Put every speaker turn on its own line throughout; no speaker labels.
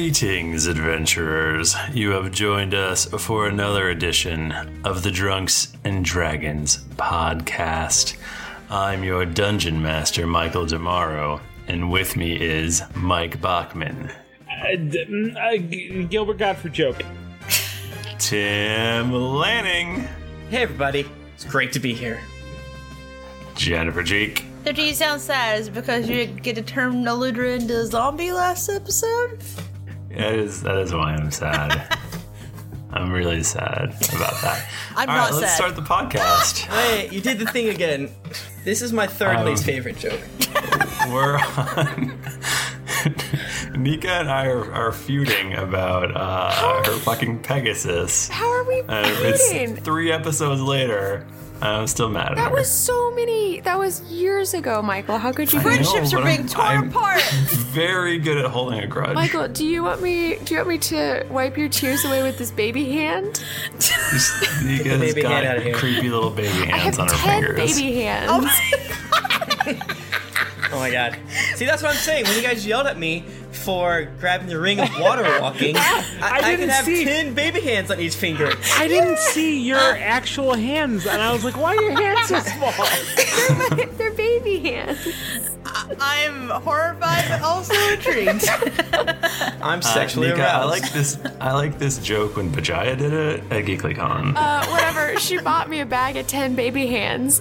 Greetings, adventurers. You have joined us for another edition of the Drunks and Dragons podcast. I'm your dungeon master, Michael Damaro, and with me is Mike Bachman,
Uh, d- mm, uh, G- Gilbert Godfrey joke.
Tim Lanning,
Hey, everybody. It's great to be here.
Jennifer Jake,
13 sounds sad is because you didn't get to turn Naludra into a zombie last episode?
That is that is why I'm sad. I'm really sad about that.
I'm
All right,
not
let's
sad.
start the podcast.
Hey, you did the thing again. This is my third least favorite joke.
We're on. Nika and I are, are feuding about uh, her fucking Pegasus.
How are we
And Uh, it's
feuding?
three episodes later. and I'm still mad at
That
her.
was so many. That was years ago, Michael. How could you?
I know,
Friendships
but
are being
I'm-
torn
I'm
apart.
Very good at holding a grudge.
Michael, do you want me? Do you want me to wipe your tears away with this baby hand?
Nika's
baby hand out
got
of here.
creepy little baby
I have
hands on her
ten
fingers.
baby hands.
Oh my god. See, that's what I'm saying. When you guys yelled at me for grabbing the ring of water walking, I, I,
didn't
could have
see.
10 baby hands on each finger.
I didn't see your actual hands, and I was like, why are your hands so small?
They're baby hands.
I'm horrified but also intrigued.
I'm
Uh,
sexually
Nika,
aroused.
I like this. I like this joke when Pajaya did it at GeeklyCon.
Uh, whatever. she bought me a bag of ten baby hands.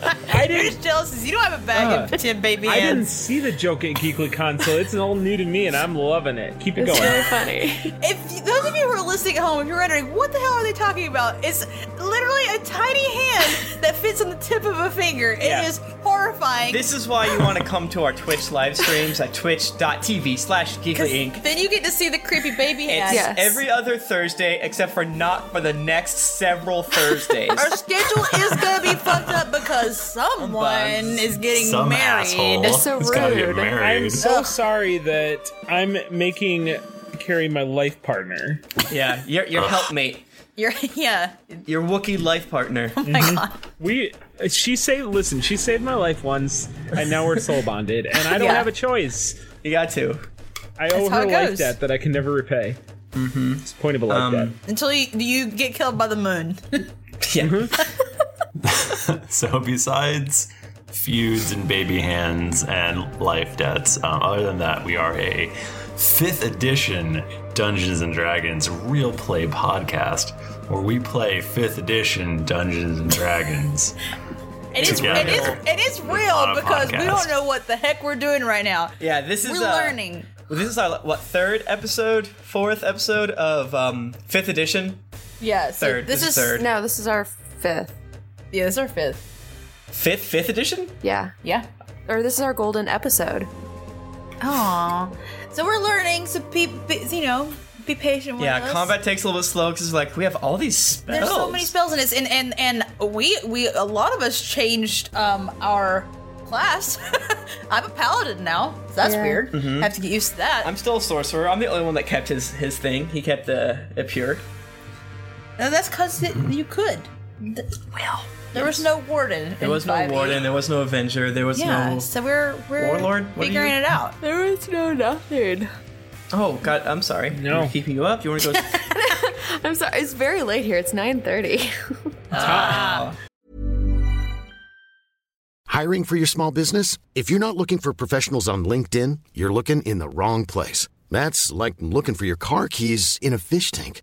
I
You're
didn't.
jealous 'cause you don't have a
Uh,
bag of 10 baby
I didn't
hands.
see the joke at Geekly Console. It's all new to me, and I'm loving it. Keep it
It's really
going.
funny.
If you- those of you who are listening at home, if you're wondering what the hell are they talking about, it's literally a tiny hand that fits on the tip of a finger. It is
Yeah.
horrifying.
this is why you want to come to our Twitch live streams at twitch.tv slash
'cause
geekly inc.
then you get to see the creepy baby
It's
hands.
Yeah. Yes.
every other Thursday, except for not for the next several Thursdays.
Our schedule is gonna be fucked up because someone
Sometimes.
is getting
Some
married.
asshole
It's so
has gotta get
rude.
married.
I'm so sorry that I'm making Carrie my life partner.
yeah, your, your helpmate,
You're yeah.
your Wookiee life partner.
Oh My God.
Mm-hmm. We, she saved. Listen, she saved my life once, and now we're soul bonded, and I don't
Yeah.
have a choice.
You got to.
I owe
That's how
her
it
life
goes.
debt that I can never repay. Mm-hmm. It's the point of a
Um,
life debt.
Until you, you get killed by the moon.
Yeah.
So besides feuds and baby hands and life debts, um, other than that, we are a fifth edition Dungeons and Dragons real play podcast where we play fifth edition Dungeons and Dragons.
It is,
Together.
it is it is
On
real
a
because we
podcast.
don't know what the heck we're doing right now.
Yeah, this is
We're
uh,
learning.
Well, this is our what third episode, fourth episode of um, fifth edition,
Yeah, so
third,
This,
this
is
is third.
No, this is our fifth.
yeah, this is our fifth.
fifth fifth edition.
Yeah,
Yeah.
or this is our golden episode.
Aww. So we're learning. So be, be you know, be patient with us.
Yeah, combat takes a little bit slow because like we have all these spells.
There's so many spells in this, and and and we we a lot of us changed um our class. I'm a paladin now. So that's
Yeah.
weird.
Mm-hmm.
Have to get used to that.
I'm still a sorcerer. I'm the only one that kept his his thing. He kept the it pure.
No, that's because you could. Th- well, there was no warden.
Mm. There
in
was no
5e.
warden. There was no avenger. There was
Yeah,
no.
so we're we're
Warlord? What are
figuring
you-
it out.
There is no nothing.
Oh God, I'm sorry.
No.
We're keeping you up. You want to go?
I'm sorry. It's very late here. It's nine thirty.
Wow.
Hiring for your small business? If you're not looking for professionals on LinkedIn, you're looking in the wrong place. That's like looking for your car keys in a fish tank.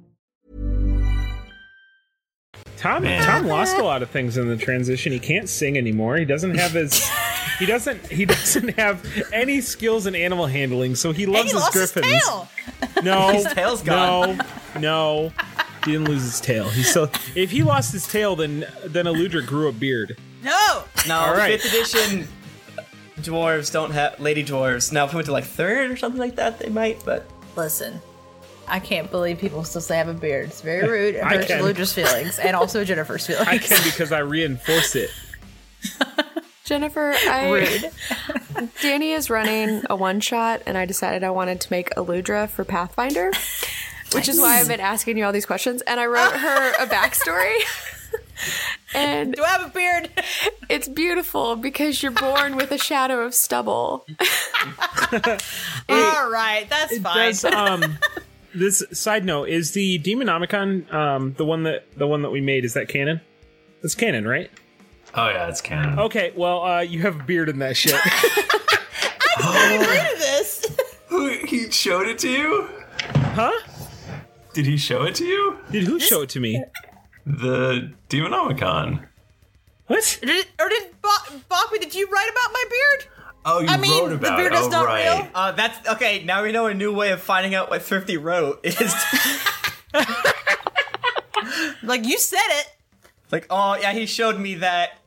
Tom
Man.
Tom lost a lot of things in the transition. He can't sing anymore. He doesn't have his he doesn't he doesn't have any skills in animal handling, so he loves
he
his
lost his
griffins.
tail.
No,
His tail's gone.
No, no, he didn't lose his tail. He still. If he lost his tail, then then Eludra grew a beard.
No.
No,
All right.
fifth edition dwarves don't have lady dwarves. Now if we went to like third or something like that, they might. But
listen, I can't believe people still say I have a beard. It's very rude. It
I
hurts
can.
Ludra's feelings and also Jennifer's feelings.
I can because I reinforce it.
Jennifer, I
Rude.
Danny is running a one shot, and I decided I wanted to make Eludra for Pathfinder, which is why I've been asking you all these questions. And I wrote her a backstory. and do
I have a beard?
It's beautiful because you're born with a shadow of stubble.
All right, that's fine.
Does um this side note is the Demonomicon um the one that the one that we made is that canon? That's canon, right?
Oh yeah, it's canon.
Okay, well uh you have a beard in that shit.
Look at this.
he showed it to you?
Huh?
Did he show it to you?
Did who show it to me?
The Demonomicon.
What?
Did, or did Ba- Bakwe? Did you write about my beard?
Oh, you
I mean,
wrote about
the beard
it.
is
oh,
not
right.
real.
uh, that's okay. Now we know a new way of finding out what Thrifty wrote is.
like you said it.
Like oh yeah, he showed me that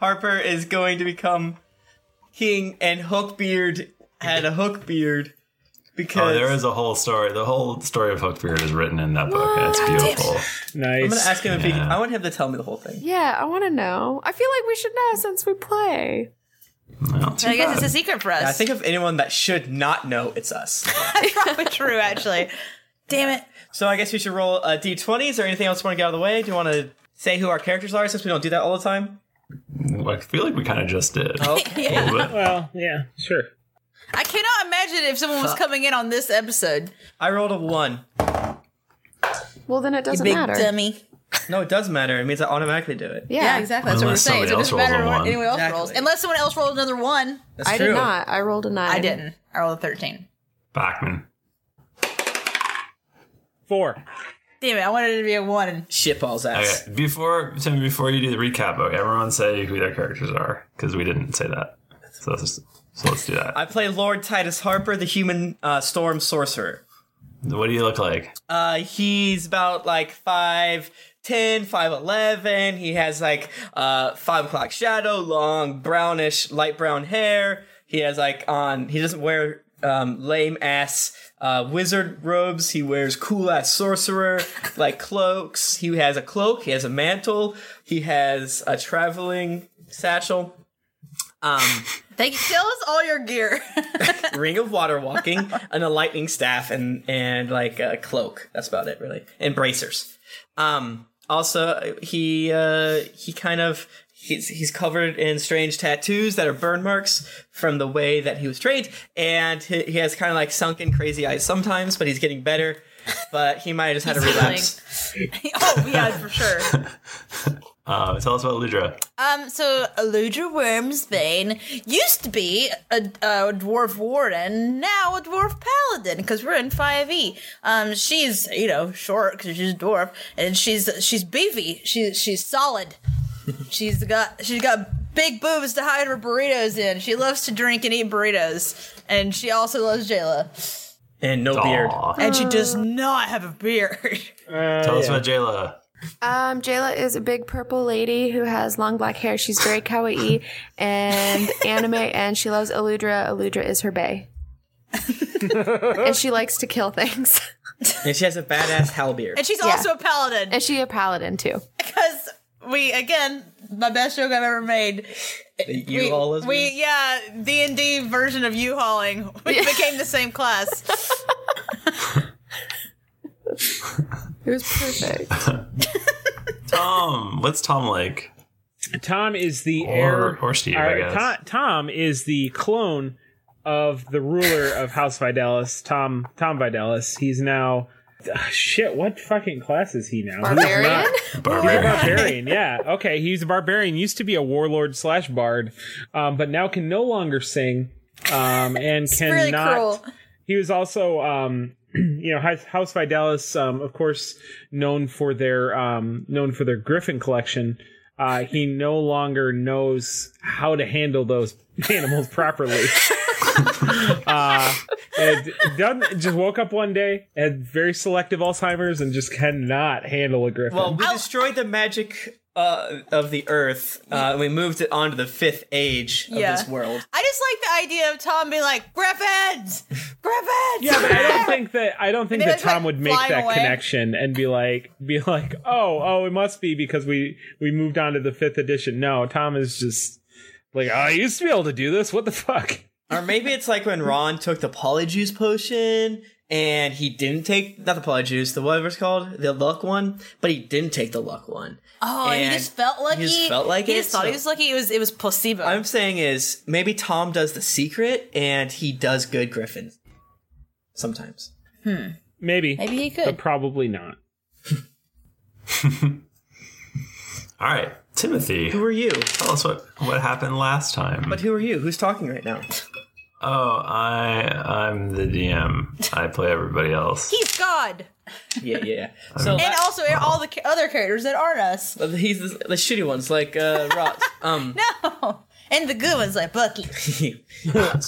Harper is going to become king, and Hookbeard had a hook beard because
Oh, there is a whole story. The whole story of Hookbeard is written in that book, and it's beautiful.
Nice.
I'm gonna ask him if he.
Yeah.
I want him to tell me the whole thing.
yeah, I want to know. I feel like we should know since we play.
I guess it's a secret for us.
Yeah, I think if anyone that should not know, it's us.
That's probably true, actually. Damn it.
So I guess we should roll uh, d20s. Is there anything else we want to get out of the way? Do you want to say who our characters are since we don't do that all the time?
I feel like we kind of just did.
Oh.
Yeah.
A little bit.
Well, yeah, sure.
I cannot imagine if someone was coming in on this episode.
I rolled a one.
Well, then it
You
doesn't
big
matter.
dummy.
No, it does matter. It means I automatically do it.
Yeah, exactly. That's
Unless
what we're saying.
somebody
So it doesn't
else rolls
matter
a
what
one.
anyone else
Exactly.
rolls, unless someone else rolled another one.
That's
I did not. I rolled a nine.
I didn't. I rolled a thirteen.
Bachman.
Four.
Damn it! I wanted it to be a one.
Shitballs ass.
Okay, before Tim, before you do the recap, okay, everyone say who their characters are because we didn't say that. So let's, so let's do that.
I play Lord Titus Harper, the human uh, storm sorcerer.
What do you look like?
Uh, he's about like five ten, five eleven. He has like uh, five o'clock shadow, long brownish, light brown hair. He has like on. He doesn't wear um, lame ass uh, wizard robes. He wears cool ass sorcerer like cloaks. He has a cloak. He has a mantle. He has a traveling satchel. Um,
They sell us all your gear.
ring of water walking and a lightning staff and and like a cloak that's about it really and bracers um also he uh he kind of he's he's covered in strange tattoos that are burn marks from the way that he was trained and he, he has kind of like sunken crazy eyes sometimes but he's getting better but he might have just had a
He's healing.
relapse
oh yeah, for sure.
Uh, tell us about Ludra.
Um, so Eludra Wormsbane used to be a, a dwarf warden, now a dwarf paladin because we're in five E. Um, she's you know short because she's a dwarf, and she's she's beefy. She's she's solid. she's got she's got big boobs to hide her burritos in. She loves to drink and eat burritos, and she also loves Jayla.
and no beard
Aw.
Uh.
And she does not have a beard.
Uh,
tell us about Jayla.
Um, Jayla is a big purple lady who has long black hair. She's very kawaii and anime, and she loves Aludra. Aludra is her bae. and she likes to kill things.
And she has a badass halberd.
And she's
Yeah.
also a paladin.
And she a paladin too.
because we again my best joke I've ever made.
You
we,
all as
we yeah D and D version of U hauling. We became the same class.
It was perfect.
Tom, what's Tom like?
Tom is the
Or-
heir.
or Steve,
All
I
right,
guess.
Tom, Tom is the clone of the ruler of House Vidalis, Tom Tom Vidalis. He's now Ah, shit. What fucking class is he now? He's
Barbarian?
not-
Barbarian.
barbarian. Yeah. Okay. He's a barbarian. Used to be a warlord slash bard, um, but now can no longer sing um, and cannot.
really cruel.
He was also, um, you know, House- House Vidalis, um, of course, known for their um, known for their Griffin collection. Uh, he no longer knows how to handle those animals properly. uh, and done, just woke up one day had very selective Alzheimer's and just cannot handle a griffin.
Well, we destroyed the magic uh, of the earth. Uh, and we moved it onto the fifth age of
Yeah.
this world.
I just like the idea of Tom being like Griffins, Griffins.
Yeah, but I don't think that I don't think
They
that
just, like,
Tom would make
fly
that
away.
connection and be like, be like, oh, oh, it must be because we we moved on to the fifth edition. No, Tom is just like, oh, I used to be able to do this. What the fuck?
Or maybe it's like when Ron took the polyjuice potion and he didn't take not the polyjuice, the whatever's called the luck one, but he didn't take the luck one.
Oh, and he just felt lucky.
He just felt like
he
it,
just thought he
so-
was lucky. It was it was placebo.
I'm saying is maybe Tom does the secret and he does good Griffin sometimes. Hmm.
Maybe,
Maybe he could.
but probably not.
All right, Timothy,
Who are you?
tell us what what happened last time.
But who are you? Who's talking right now?
oh, I I'm the DM. I play everybody else.
He's God,
yeah, yeah. yeah. So
and also all the ca- other characters that aren't us.
uh, he's the, the shitty ones like uh, Ross. Um,
No, and the good ones like Bucky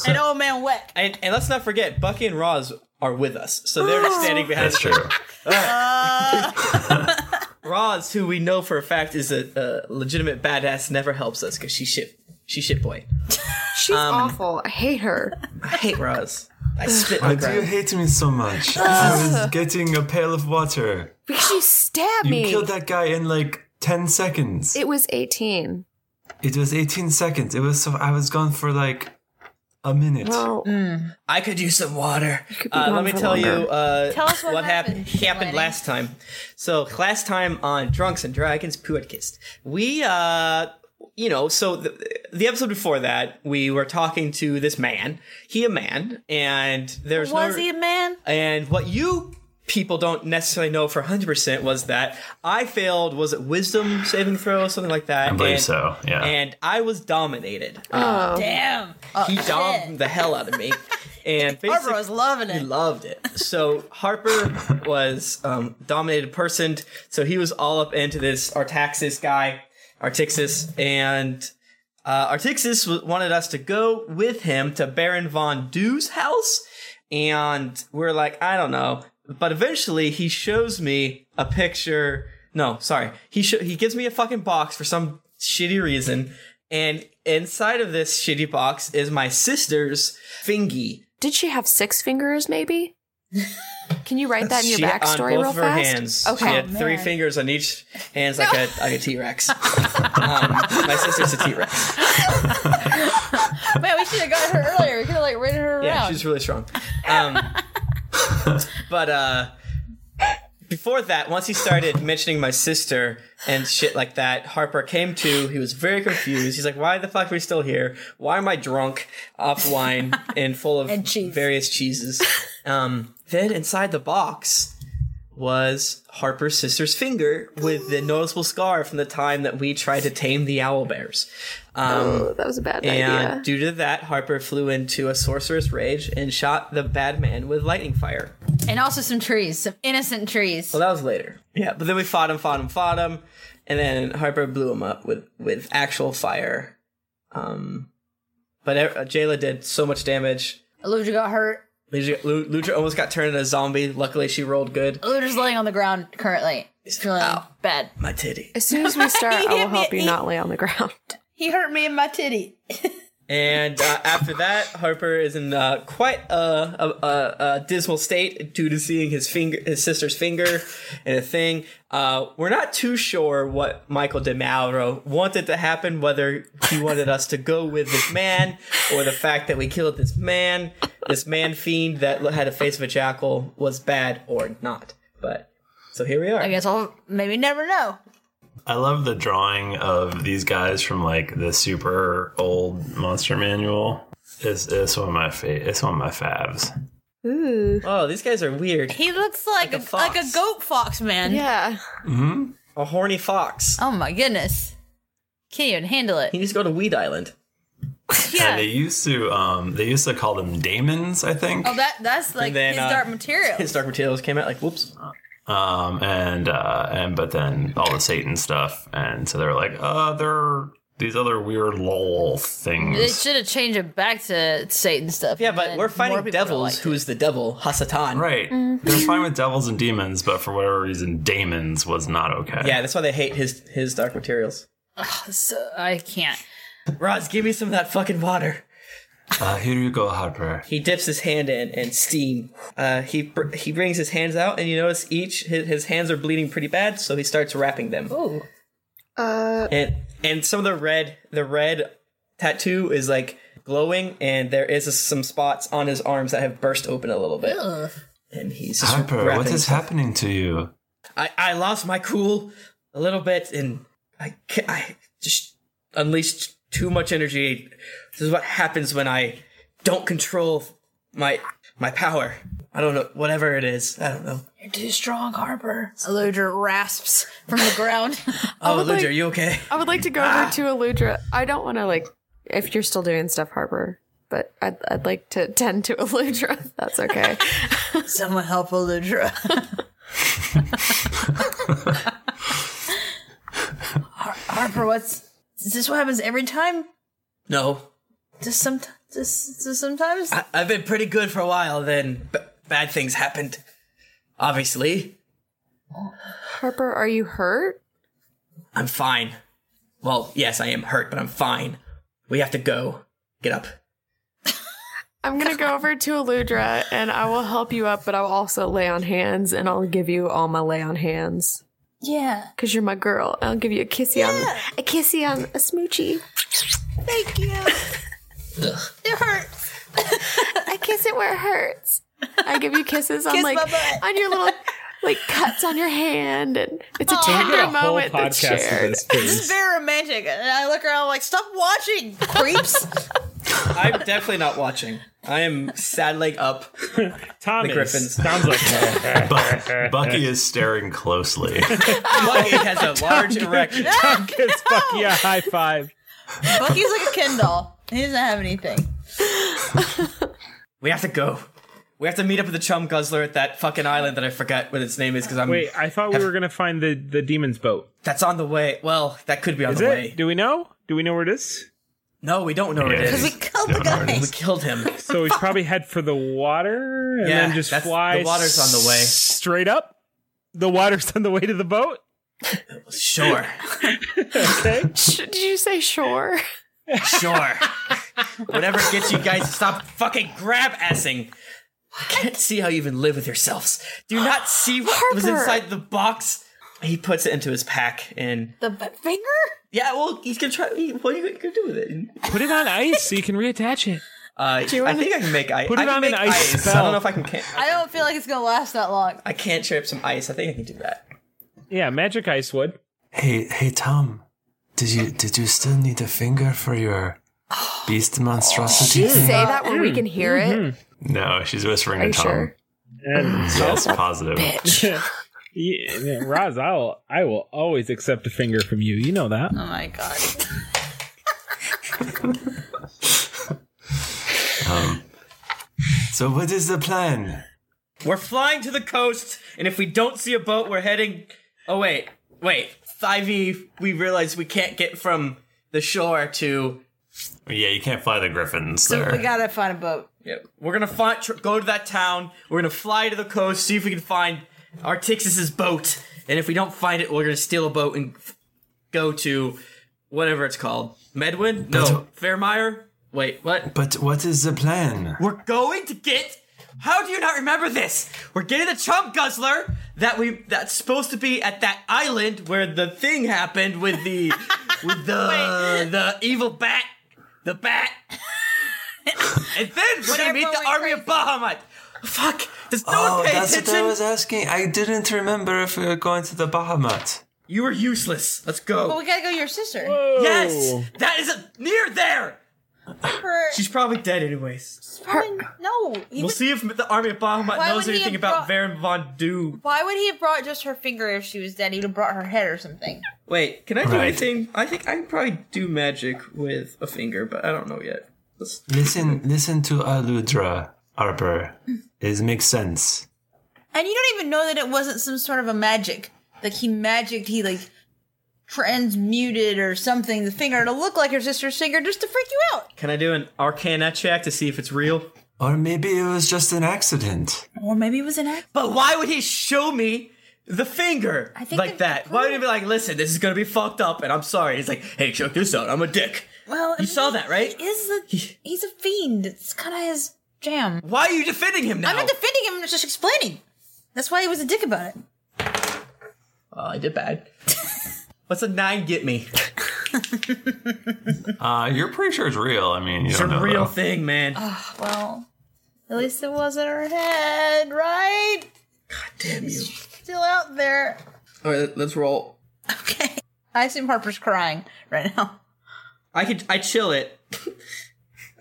and Old Man Weck.
and, and let's not forget Bucky and Roz are with us, so they're
Oh.
standing behind.
That's
us.
true.
Uh,
Roz, who we know for a fact is a, a legitimate badass, never helps us because she shit. She shit boy. Um,
She's awful. I hate her.
I hate Roz. I spit
Why
on the
do you
ground.
hate me so much? I was getting a pail of water.
Because she stabbed
You
me.
killed that guy in like ten seconds.
it was 18.
It was 18 seconds. It was so I was gone for like a minute.
Well,
Hmm.
I could use some water.
be
Uh, let
gone
me
for
tell you
longer.
uh,
Tell us what
happened
happened,
happened
lady.
last time. So last time on Drunks and Dragons podcast, we uh, you know, so the, the episode before that, we were talking to this man. He a man, and there's
Was
no,
he a man?
And what you people don't necessarily know for 100% was that I failed, was it wisdom saving throw, something like
I
that?
believe
and,
so, yeah.
And I was dominated. Uh,
Oh. Damn. Oh,
he domed the hell out of me. And
Barbara
basically-
was loving
he
it.
loved it. So Harper was um, dominated person, so he was all up into this Artaxis guy, Artixis, and uh, Artixis w- wanted us to go with him to Baron von Dew's house, and we're like, I don't know, but eventually he shows me a picture. No, sorry, he sho- he gives me a fucking box for some shitty reason, and inside of this shitty box is my sister's fingy.
did she have six fingers maybe? Can you write that in your
She-
backstory real
on both of her
fast?
hands.
Okay.
she had
Oh,
three fingers on each hands, like a like a T Rex. um, my sister's a T Rex.
Man, we should have got her earlier. We could have like ridden her
Yeah,
around.
she's really strong. Um, but uh, before that, once he started mentioning my sister and shit like that, Harper came to. He was very confused. He's like, "Why the fuck are we still here? Why am I drunk off wine and full of
And cheese.
various cheeses?" Um, then inside the box was Harper's sister's finger with the noticeable scar from the time that we tried to tame the owl bears. Um,
Oh, that was a bad
and
idea.
due to that, Harper flew into a sorcerer's rage and shot the bad man with lightning fire.
and also some trees, some innocent trees.
Well, that was later. Yeah, but then we fought him, fought him, fought him, and then Harper blew him up with with actual fire. Um, but uh, Jayla did so much damage.
Aludra got hurt.
Lucha, Lu- Lucha almost got turned into a zombie. Luckily, she rolled good.
Aludra's laying on the ground currently. feeling bad.
My titty.
As soon as we start, I will help you not lay on the ground.
He hurt me in my titty.
And uh, after that, Harper is in uh, quite a, a, a, a dismal state due to seeing his finger, his sister's finger, and a thing. Uh, we're not too sure what Michael DeMauro wanted to happen, whether he wanted us to go with this man or the fact that we killed this man, this man fiend that had a face of a jackal was bad or not. But so here we are.
I guess I'll maybe never know.
I love the drawing of these guys from like the super old monster manual. It's, it's one of my fa- it's one of my faves.
Ooh.
Oh, these guys are weird.
He looks like, a, like a goat fox man.
Yeah.
Mm-hmm.
A horny fox.
Oh my goodness. Can't even handle it.
He needs to go to Weed Island.
Yeah. they used to um they used to call them daemons, I think.
Oh, that that's like
then,
his
uh,
dark material.
His Dark Materials came out like, whoops.
um and uh and but then all the satan stuff and so they were like uh there are these other weird lol
They
things
should have changed it back to Satan stuff.
Yeah, but
and
we're
more
fighting
people would've
devils.
liked
Who is the devil? Hasatan.
right they're fine with devils and demons but for whatever reason daemons was not okay
Yeah, that's why they hate his his Dark Materials.
it. So, I can't.
Roz, give me some of that fucking water.
uh, here you go harper
He dips his hand in and steam. Uh, he br- he brings his hands out, and you notice each his, his hands are bleeding pretty bad, so he starts wrapping them.
Oh.
Ooh.
Uh,
And and some of the red the red tattoo is like glowing, and there is some spots on his arms that have burst open a little bit.
Ugh.
And he's just
harper
wrapping
what is
himself.
happening to you
I, I lost my cool a little bit and I, ca- I just unleashed too much energy. This is what happens when I don't control my my power. I don't know whatever it is. I don't know.
You're too strong, Harper. Eludra rasps from the ground.
Oh,
would
Ludger,
like-
are you okay?
I would like to go
Ah.
over to Aludra. I don't want to like if you're still doing stuff, Harper. But I'd, I'd like to tend to Aludra. if That's okay.
Someone help Eludra. Har- Harper, what's is this? What happens every time?
No,
Just some, just, just sometimes.
I, I've been pretty good for a while. Then b- bad things happened. Obviously,
Harper, are you hurt?
I'm fine. Well, yes, I am hurt, but I'm fine. We have to go. Get up.
I'm gonna go over to Aludra and I will help you up, but I'll also lay on hands and I'll give you all my lay on hands
yeah.
because you're my girl. I'll give you a kissy on a kissy on a smoochie.
Thank you. it hurts.
I kiss it where it hurts. I give you kisses on
Kiss
like
my butt.
on your little like cuts on your hand, and it's a
We did
tender
a whole
moment that's
podcast for
shared.
this, please.
It's very romantic, and I look around like, stop watching, creeps.
I'm definitely not watching. I am saddling up.
Thomas.
Griffins.
Sounds like
Bu- bucky is staring closely
Oh.
Bucky has a large erection.
Gives Bucky a high five.
Bucky's like a Ken doll. He doesn't have anything.
We have to go. We have to meet up with the chum guzzler at that fucking island that I forgot what its name is because I'm.
Wait, I thought we were gonna find the the demon's boat.
Um, that's on the way. Well, that could be on
Is
the
it?
way.
Do we know? Do we know where it is?
No, we don't know what it
Yes.
We
is.
killed the
Don't
guy.
We killed him.
So we probably head for the water and
Yeah,
then just
that's-
fly.
the water's on the way.
Straight up. The water's on the way to the boat.
Sure,
Okay.
Sh- Did you say sure?
sure. Whatever gets you guys to stop fucking grab assing. I can't see how you even live with yourselves. Do you not see what was
Harper.
inside the box? He puts it into his pack and
The butt finger?
yeah, well, he's gonna try. he- What are you gonna do with it?
Put it on ice so you can reattach it.
Uh, I think I can make ice.
Put it
I can
on an
make
ice
I don't
spell.
know if I can. can
I don't feel like it's gonna last that long.
I can't chip some ice. I think I can do that.
Yeah, magic ice would.
hey hey tom did you did you still need a finger for your beast monstrosity
Say that when we can hear it.
no she's whispering to
Are you
tom
sure?
And
yes positive
yeah, yeah, Roz, I'll I will always accept a finger from you. You know that.
Oh my god.
Um, so what is the plan
We're flying to the coast, and if we don't see a boat, we're heading. Oh wait, wait, Ivy. We realize we can't get from the shore to.
Yeah, you can't fly the griffins
So
there.
we gotta find a boat.
Yep. We're gonna find, tr- go to that town. We're gonna fly to the coast, see if we can find Artixis's boat, and And if we don't find it, we're gonna steal a boat and f- go to whatever it's called. Medwin? No, Fairmire. Wait, what?
But what is the plan?
We're going to get. How do you not remember this? We're getting the chump guzzler that we that's supposed to be at that island where the thing happened with the with the the evil bat, the bat. and then we're gonna meet the army of Bahamut. Fuck! Does no
oh,
one pay
that's what I
attention?
was asking. I didn't remember if we were going to the Bahamut.
You were useless. Let's go.
But we gotta go to your sister.
Yes, that is a, near there.
Her,
She's probably dead, anyways.
no. he
We'll
was-
see if the army of Bahamut
Why
knows
would he
anything
have
about
brought-
Varen von Doom.
Why would he have brought just her finger if she was dead? He would have brought her head or something.
Wait, can I do
Right.
anything? I think I can probably do magic with a finger, but I don't know yet. Let's-
Listen, listen to Aludra, Arbor. It makes sense.
And you don't even know that it wasn't some sort of a magic. Like he magicked, he like transmuted or something the finger to look like her sister's finger just to freak you out.
Can I do an Arcana check to see if it's real?
Or maybe it was just an accident.
Or maybe it was an act.
But why would he show me the finger
I think
like
that-
that? Why would he be like, "Listen, this is gonna be fucked up," and I'm sorry. He's like, "Hey, check this out. I'm a dick."
Well,
You saw that, right?
He is a, he's a fiend. It's kind of his jam.
Why are you defending him now?
I'm not defending him. I'm just explaining. That's why he was a dick about it.
Oh, I did bad. What's a nine get me?
Uh, you're pretty sure it's real. I mean, you
It's
don't
a
know.
real
though.
thing, man.
Ah, Well, at least it wasn't her head, right?
Damn you.
Still out there.
All right, let's roll.
Okay. I assume Harper's crying right now.
I could. I chill it.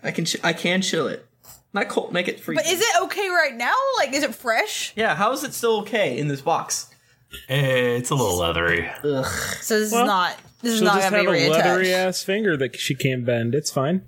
I can. Ch- I can chill it. Not cold. Make it free.
But is it okay right now? Like, is it fresh?
Yeah. How is it still okay in this box?
Eh, It's a little leathery.
So this is not. This is
She'll
not
just
gonna
have
be
a leathery
reattached.
ass finger that she can't bend. It's fine.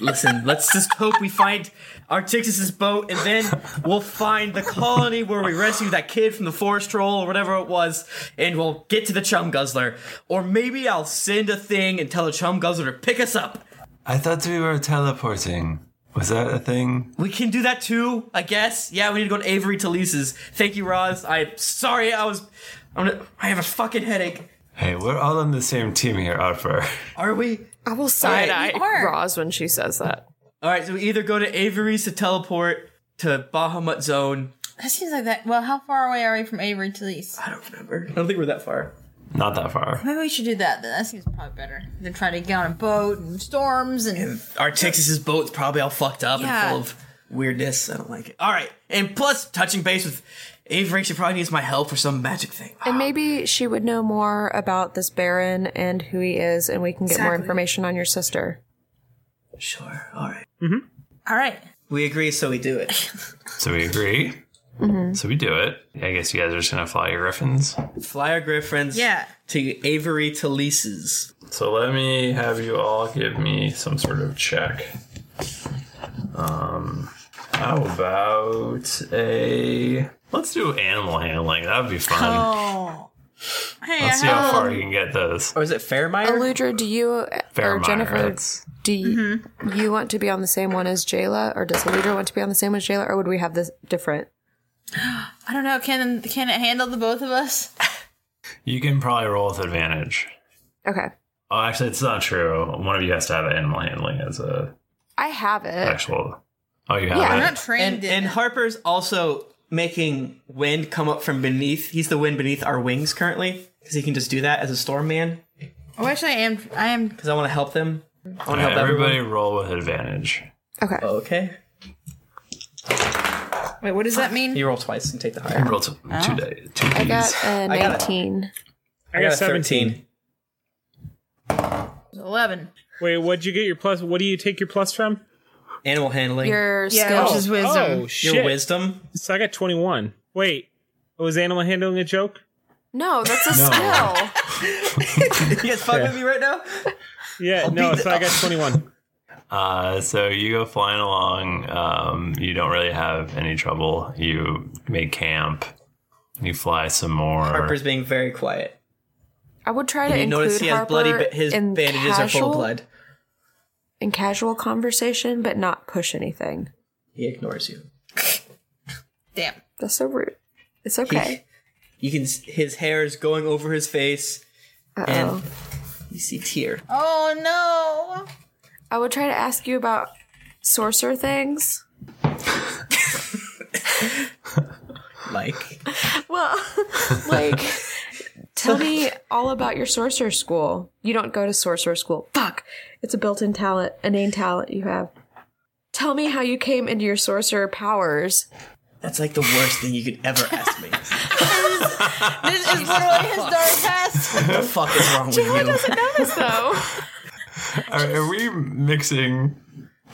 Listen. let's just hope we find Artixis's boat, and then we'll find the colony where we rescue that kid from the forest troll or whatever it was, and we'll get to the chum guzzler. Or maybe I'll send a thing and tell the chum guzzler to pick us up.
I thought we were teleporting. Was that a thing?
We can do that too, I guess. Yeah, we need to go to Avery Talise's. Thank you, Roz. I'm sorry. I was. I'm gonna, I have a fucking headache.
Hey, we're all on the same team here, Arbor.
Are we?
I will side eye
are.
Roz when she says that.
All right. So we either go to Avery's to teleport to Bahamut Zone.
That seems like that. Well, how far away are we from Avery Talese?
I don't remember. I don't think we're that far.
Not that far.
Maybe we should do that. Then that seems probably better than trying to get on a boat and storms and.
Our Texas's boat's probably all fucked up
Yeah.
and full of weirdness. I don't like it. All right. And plus, touching base with Avery, she probably needs my help for some magic thing.
And maybe she would know more about this Baron and who he is, and we can get more
Exactly.
information on your sister.
Sure. All right.
Mm-hmm.
All right.
We agree, so we do it.
So we agree.
Mm-hmm.
So we do it. I guess you guys are just gonna fly your griffins.
Flyer Griffins.
Yeah.
To Avery Talise's.
So let me have you all give me some sort of check. Um, how about a? Let's do animal handling. That'd be fun.
Oh. Hey,
Let's see
I
how
have.
far you can get those.
Or is it Fairmire?
Aludra, do you uh,
Fair
or Jennifer? Do you, you want to be on the same one as Jayla, or does Aludra want to be on the same as Jayla, or would we have this different?
I don't know. Can can it handle the both of us?
You can probably roll with advantage.
Okay,
Oh, actually, it's not true. One of you has to have animal handling as a
I have it.
actual. Oh, you have
Eh. Yeah,
it.
I'm not
and,
trained in.
and
it.
Harper's also making wind come up from beneath. He's the wind beneath our wings currently because he can just do that as a storm man.
oh, actually, I am. I am.
Because I want to help them. I want to
All
help
right, everybody
everyone.
roll with advantage.
Okay,
Okay,
Wait, what does that mean? Oh.
you roll twice and take the higher.
Roll two, two, di- two
I
Ds.
got a
I got it.
nineteen.
I, got, 17.
Eleven.
Wait, what'd you get your plus? What do you take your plus from?
Animal handling. Your,
Your
Yeah,
skill.
which is wisdom.
Oh, shit.
wisdom.
So I got 21. Wait, was animal handling a joke?
No, that's a
No.
skill.
you guys fucking with me right now.
Yeah, no,
beat the-
so I got 21.
Uh, so you go flying along. Um, you don't really have any trouble. You make camp. You fly some more.
Harper's being very quiet.
I would try to
And you
include
notice he has
Harper
bloody. ba- His
in
bandages are full
casual-
of blood.
in casual conversation, but not push anything.
He ignores you.
Damn.
That's so rude. It's okay.
You can s- his hair is going over his face,
Uh-oh.
and you see tear.
Oh no.
I will try to ask you about sorcerer things.
Like
Well, like, tell me all about your sorcerer school. You don't go to sorcerer school. Fuck. It's a built in talent, innate talent you have. Tell me how you came into your sorcerer powers.
that's like the worst thing you could ever ask me.
This is literally his dark past.
what the fuck is wrong with you?
Notice though.
Are, are we mixing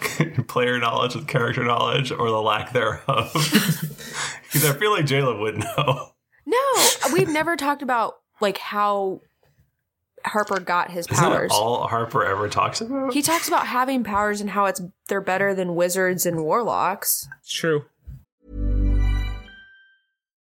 player knowledge with character knowledge or the lack thereof? Because I feel like Jayla would know.
No, we've never talked about like how Harper got his
Isn't
powers.
that all Harper ever talks about?
he talks about having powers and how it's they're better than wizards and warlocks.
It's true.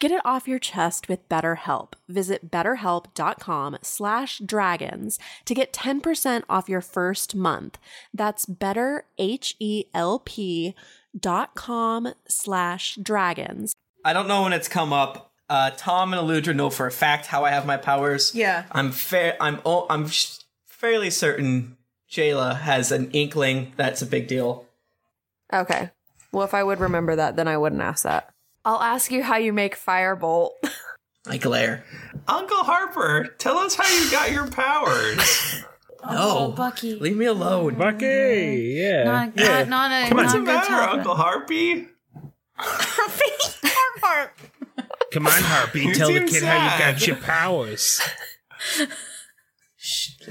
Get it off your chest with BetterHelp. Visit betterhelp.com slash dragons to get 10% off your first month. That's betterhelp.com slash dragons.
I don't know when it's come up. Uh, Tom and Aludra know for a fact how I have my powers.
Yeah.
I'm fair. I'm oh, I'm sh- fairly certain Jayla has an inkling that's a big deal.
Okay. Well, if I would remember that, then I wouldn't ask that. I'll ask you how you make firebolt.
I glare.
Uncle Harper, tell us how you got your powers.
No,
Bucky.
leave me alone.
Bucky, yeah.
Not,
yeah.
not, not a,
What's the
not a good
matter,
topic.
Uncle Harpy?
Harp, harp.
Come on, Harpy,
You
tell the
seem
kid how you
sad.
got your powers.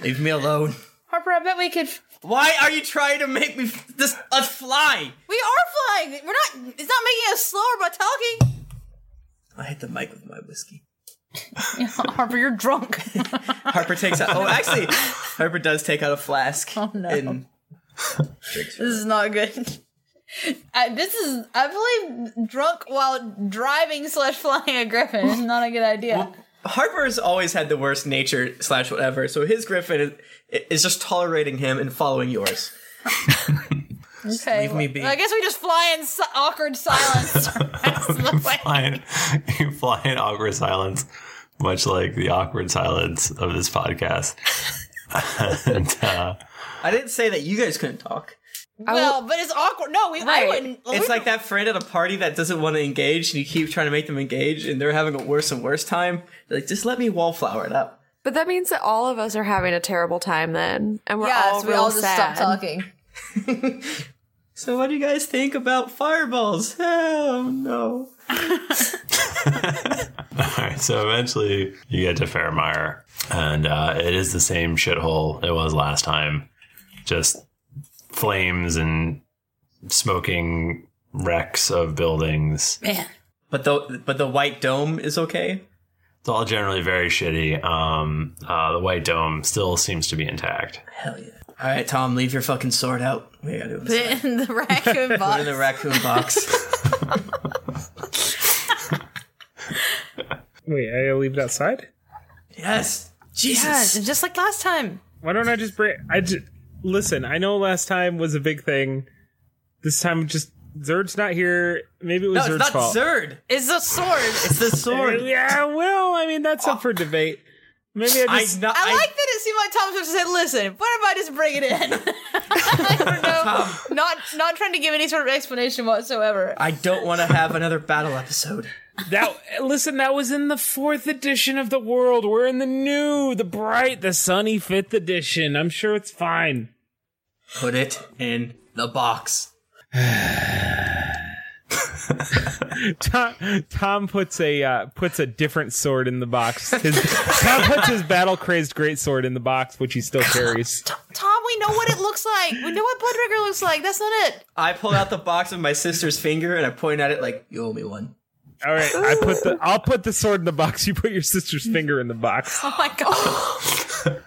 Leave me alone.
Harper, I bet we could.
Why are you trying to make me f- this a fly?
We are flying. We're not. It's not making us slower by talking.
I hit the mic with my whiskey.
Harper, you're drunk.
Harper takes out. Oh, actually, Harper does take out a flask. Oh
no.
And
This is not good. I, this is, I believe, drunk while driving slash flying a griffin is not a good idea.
Harper's always had the worst nature slash whatever, so his griffin is, is just tolerating him and following yours.
okay,
leave me be.
I guess we just fly in si- awkward silence.
flying, you fly in awkward silence, much like the awkward silence of this podcast. and uh,
I didn't say that you guys couldn't talk.
well, but it's awkward. No, we, I wouldn't.
It's like that friend at a party that doesn't want to engage, and you keep trying to make them engage, and they're having a worse and worse time. They're like, just let me wallflower it up.
But that means that all of us are having a terrible time then, and we're
Yes,
all
we
real
all just
sad.
stopped talking.
So, what do you guys think about fireballs? Oh no!
all right, so eventually you get to Fairmire, and uh, it is the same shithole it was last time. Just flames and smoking wrecks of buildings.
Man.
But the but the white dome is okay.
It's all generally very shitty. Um, uh, the White Dome still seems to be intact.
All right, Tom, leave your fucking sword out. We gotta do
Put it in the raccoon
Put it in
box.
the raccoon box.
Wait, I leave it outside?
Yes.
Yeah, just like last time.
Why don't I just bring? I just listen. I know last time was a big thing. This time, just Zerd's not here. Maybe it
no,
was
it's
Zerd's
not
fault.
Zerd.
It's the sword.
It's the sword.
Yeah, well, I mean that's up for debate. Maybe I
I
just
know.
I
I-
like that it seemed like Thomas just said, "Listen, what if I just bring it in?" I don't know, not not trying to give any sort of explanation whatsoever.
I don't want to have another battle episode.
that. Listen, that was in the fourth edition of the world. We're in the new, the bright, the sunny fifth edition. I'm sure it's fine.
Put it in the box.
Tom, Tom puts a uh, puts a different sword in the box. His, Tom puts his battle crazed great sword in the box, which he still carries.
Tom, we know what it looks like. We know what Bloodrigger looks like. That's not it.
I pull out the box with my sister's finger and I point at it like, "You owe me one."
All right, I put the I'll put the sword in the box. You put your sister's finger in the box. All
Oh my god.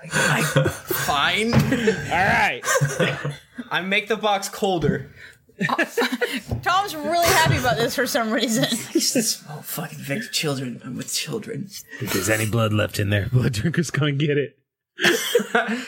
I, fine.
right,
I make the box colder.
Tom's really happy about this for some reason.
Jesus, oh fucking Victor, children. I'm with children.
if there's any blood left in there, blood drinker's gonna get it.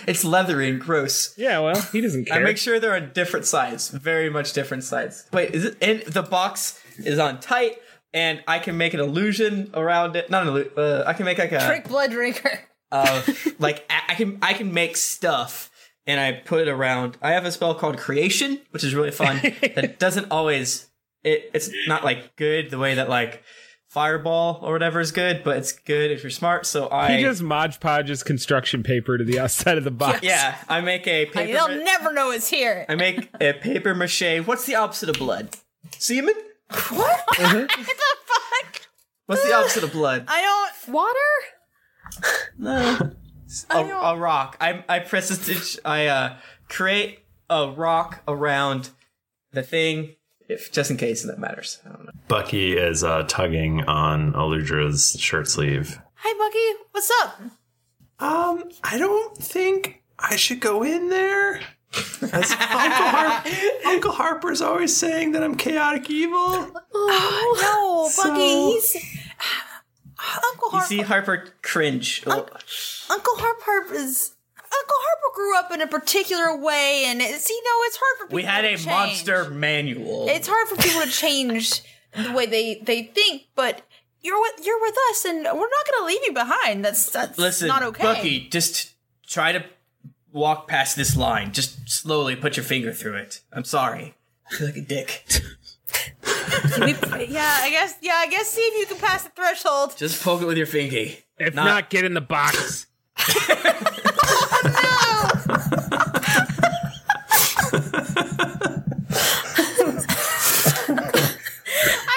It's leathery and gross.
Yeah, well, he doesn't
I
care.
make sure they're on different sides, very much different sides. Wait, is it? And the box is on tight, and I can make an illusion around it. Not an illusion. Uh, I can make like a
Trick Bloodrigger.
of like I I can I can make stuff and I put it around. I have a spell called creation, which is really fun. that doesn't always it, it's not like good the way that like fireball or whatever is good, but it's good if you're smart. So I
he just modge podges construction paper to the outside of the box.
yeah I make a
Like,
paper.
they'll never know it's here.
I make a paper mache. What's the opposite of blood? Semen.
What? what the fuck?
What's the opposite of blood?
I don't.
Water?
a, a rock. I I press a stitch. I uh, create a rock around the thing, if just in case that matters. I don't know.
Bucky is uh, tugging on Aludra's shirt sleeve.
Hi, Bucky. What's up?
Um, I don't think I should go in there. As Uncle, Har- Uncle Harper's always saying that I'm chaotic evil.
Oh, no, Bucky.
So-
He's Uncle
You
Harper.
see Harper cringe. Oh,
Uncle Harper is. Uncle Harper grew up in a particular way, and it's you know it's hard for people.
we had
to
a
change.
monster manual.
It's hard for people to change the way they they think, but you're with you're with us, and we're not going to leave you behind. That's that's
Listen,
not okay.
Bucky, just try to walk past this line. Just slowly put your finger through it. I'm sorry. I feel like a dick.
Yeah, I guess. Yeah, I guess. See if you can pass the threshold.
Just poke it with your finger.
If
Not-
not, get in the box.
I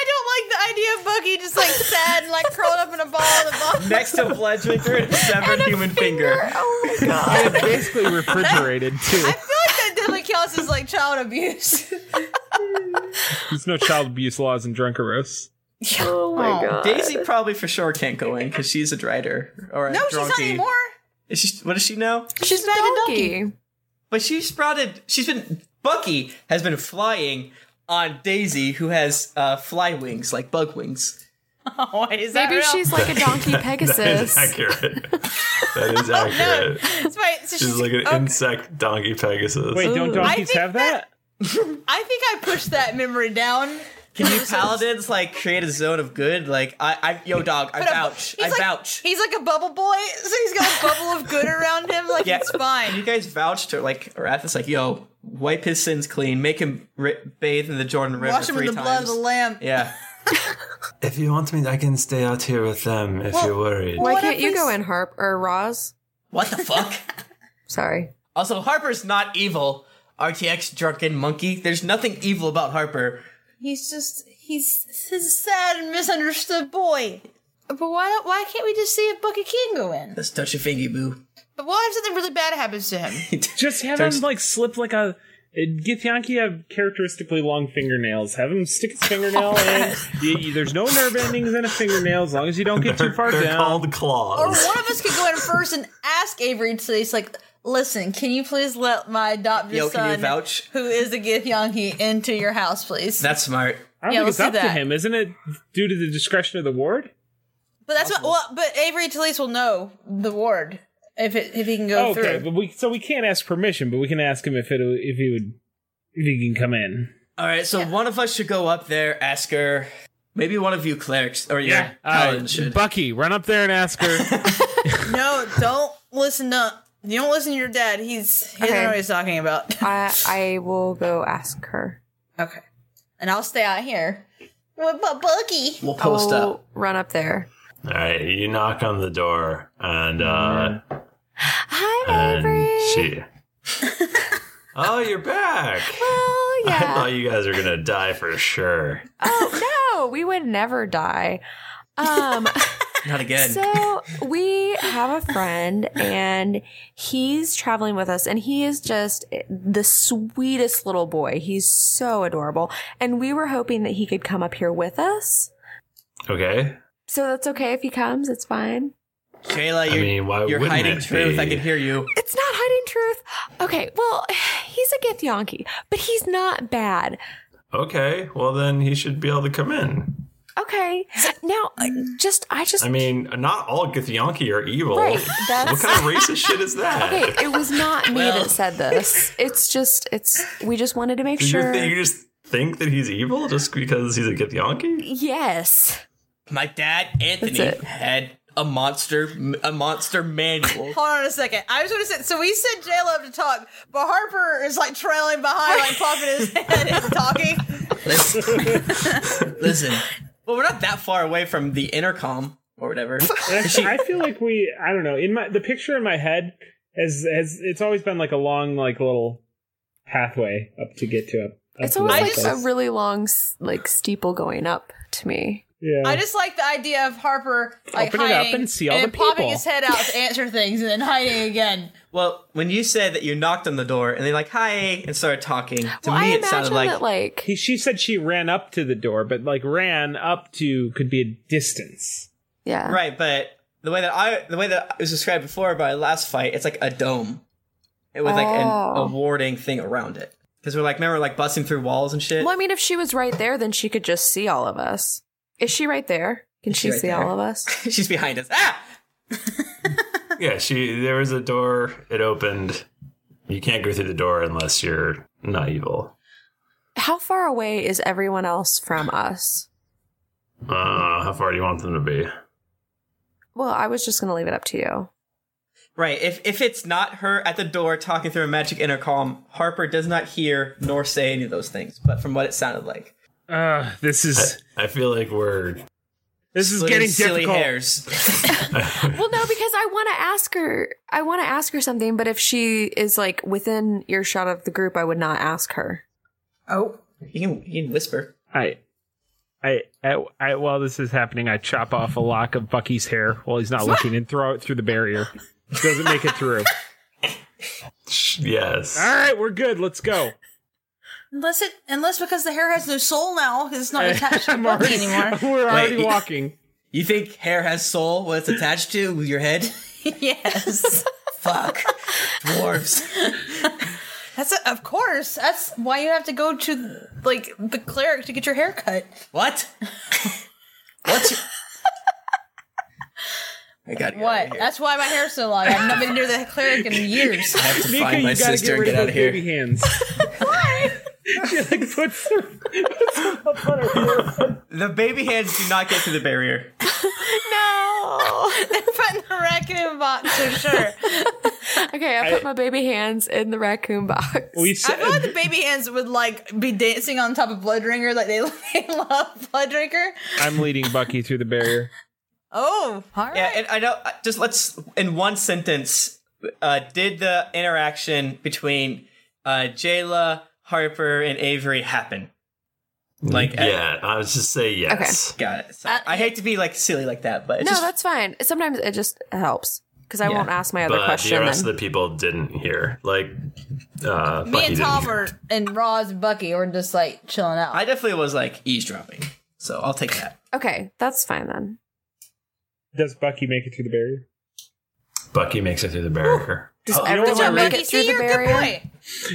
don't like the idea of Bucky just like sad and like curled up in a ball in the box.
next to blood drinker and a severed human finger.
Oh my
And it's basically refrigerated too.
I feel like that definitely counts as like child abuse.
There's no child abuse laws in Drunkeros.
Oh
Daisy probably for sure can't go in because she's a drider or a
No, she's not
drunkie.
anymore.
Is she, what does she know?
She's not a donkey.
But she sprouted. She's been Bucky has been flying on Daisy, who has uh, fly wings like bug wings.
Oh, is that
Maybe
real?
she's like a donkey
That is
Pegasus.
accurate. That is accurate.
That's right. So
She's like an insect donkey Pegasus.
Wait, don't
I
donkeys
think
have that?
I think I pushed that memory down.
Can you paladins like create a zone of good? Like I, I yo dog, I
But a-
vouch, I
he's like,
vouch.
He's like a bubble boy, so he's got a bubble of good around him. Like
Yeah.
it's fine.
You guys vouched to like Arathis, like yo, wipe his sins clean, make him ri- bathe in the Jordan River
Wash him
three
with the
times.
blood of the lamb.
Yeah.
If you want me, I can stay out here with them if
Well-
you're worried.
Why
What
can't
if
you
we
go
s-
in, Harp or Roz?
What the fuck?
Sorry.
also, Harper's not evil. RTX drunken monkey. There's nothing evil about Harper.
He's just he's he's a sad and misunderstood boy. But why don't- why can't we just see if Bucky can go in?
Let's touch a fingy boo.
But what if something really bad happens to him?
Just have him like slip like a. uh, Githyanki have characteristically long fingernails. Have him stick his fingernail in. You- you- there's no nerve endings in a fingernail as long as you don't get too
They're,
far
they're
down.
called
Or
claws.
one of us could go in first and ask Avery to it's like, listen, can you please let my adopted
Yo, can you
son,
vouch?
who is a Githyanki, into your house, please?
That's smart.
I don't
Yeah,
think
let's
it's
do
up to
that.
him, isn't it? Due to the discretion of the ward.
but that's what. Well, but Avery Talese will know the ward if it, if he can go
Oh, okay,
through.
but we so we can't ask permission, but we can ask him if it if he would if he can come in.
All right, so one of us should go up there, ask her. Maybe one of you clerics or yeah,
Uh,
paladin Oh, should.
Bucky, run up there and ask her.
no, don't listen to. You don't listen to your dad. He's he doesn't
Okay.
know what he's talking about.
I I will go ask her.
okay, and I'll stay out here. What about Bucky?
we'll
I
post
will
up.
run up there.
All right, you knock on the door, and uh,
Hi,
and
Avery.
she. oh, you're back.
Well,
I
yeah.
thought you guys were gonna die for sure.
oh no, we would never die. Um.
Not again.
So we have a friend and he's traveling with us and he is just the sweetest little boy. He's so adorable. And we were hoping that he could come up here with us.
Okay.
So that's okay if he comes. It's fine.
Kayla,
I
you're,
mean, why
you're
wouldn't
hiding
it
truth. I
be?
can hear you.
It's not hiding truth. Okay, well, he's a Githyanki, but he's not bad.
Okay. Well, then he should be able to come in.
Okay. Now, uh, just, I just.
I mean, not all Githyanki are evil.
Right,
What
that's-
kind of racist shit is that?
Okay, it was not me
Well-
that said this. It's just, it's, we just wanted to make
Do you,
sure.
think you just think that he's evil just because he's a Githyanki?
yes.
My dad, Anthony,
it.
had a monster a monster manual.
Hold on a second. I was going to say, so we said J Love to talk, but Harper is like trailing behind, like popping his head and talking.
Listen. Listen. Well, we're not that far away from the intercom or whatever.
Actually, I feel like we I don't know in my the picture in my head has has it's always been like a long like little pathway up to get to it.
It's always like a really long, s- like steeple going up to me.
yeah.
I just like the idea of Harper like
Open it up
hiding
and see all
then
the
popping
people.
his head out to answer things and then hiding again.
Well, when you said that you knocked on the door and they're like, hi, and started talking, to
well,
me
I
it sounded
imagine
like,
that like
He, she said she ran up to the door, but like ran up to could be a distance.
yeah,
Right, but the way that I the way that it was described before by last fight, it's like a dome. It was like an,
Oh.
a warding thing around it. Because we're like, remember, like busting through walls and shit.
Well, I mean, if she was right there, then she could just see all of us. Is she right there? Can
Is she
she,
right
see
there?
all of us?
She's behind us. Ah,
Yeah, she there was a door, it opened. You can't go through the door unless you're not evil.
How far away is everyone else from us?
Uh, how far do you want them to be?
Well, I was just gonna leave it up to you.
right. If if it's not her at the door talking through a magic intercom, Harper does not hear nor say any of those things. But from what it sounded like,
Uh, this is
I feel like we're
this is
Splitting
getting
silly
difficult.
hairs.
Well, no, because I want to ask her. I want to ask her something, but if she is like within earshot of the group, I would not ask her.
Oh.
You can you can whisper.
I I, I, I while this is happening, I chop off a lock of Bucky's hair while he's not looking and throw it through the barrier. Doesn't make it through.
Yes.
All right, we're good. Let's go.
Unless it, unless because the hair has no soul now, 'cause it's not attached to
I'm
Bucky
already-
anymore.
We're already
you-
walking.
You think hair has soul when it's attached to your head?
yes.
Fuck. Dwarves.
That's a, of course. That's why you have to go to like the cleric to get your hair cut.
What? What's your- I got
What? That's why my hair's so long. I've not been near the cleric in years.
I have to
Mika,
find my
you gotta get
sister and
rid
get
of
out
those
of here.
baby hands. She like puts her, puts them up on her
The baby hands do not get through the barrier.
no, they're putting the raccoon box for sure.
Okay, I put my baby hands in the raccoon box.
We
I feel like the baby hands would like be dancing on top of Blood Drinker, like they, they love Blood Drinker.
I'm leading Bucky through the barrier.
Oh, all right.
Yeah, and I know. uh, Just let's in one sentence. Uh, did the interaction between uh, Jayla, Harper, and Avery happen? Like,
yeah, I was just say yes.
Got it. So I hate to be like silly like that, but
no,
it's just,
that's fine. Sometimes it just helps because I
Yeah.
won't ask my other
but
question.
the
Then.
rest of the people didn't hear. Like, uh, Bucky
Me and
didn't
Tom
hear.
were, and Roz and Bucky were just like chilling out.
I definitely was like eavesdropping. So I'll take that.
okay, that's fine then.
Does Bucky make it through the barrier?
Bucky makes it through the barrier.
Oh,
Does
Oh, you know what
everyone
my
make
re-
it through the barrier?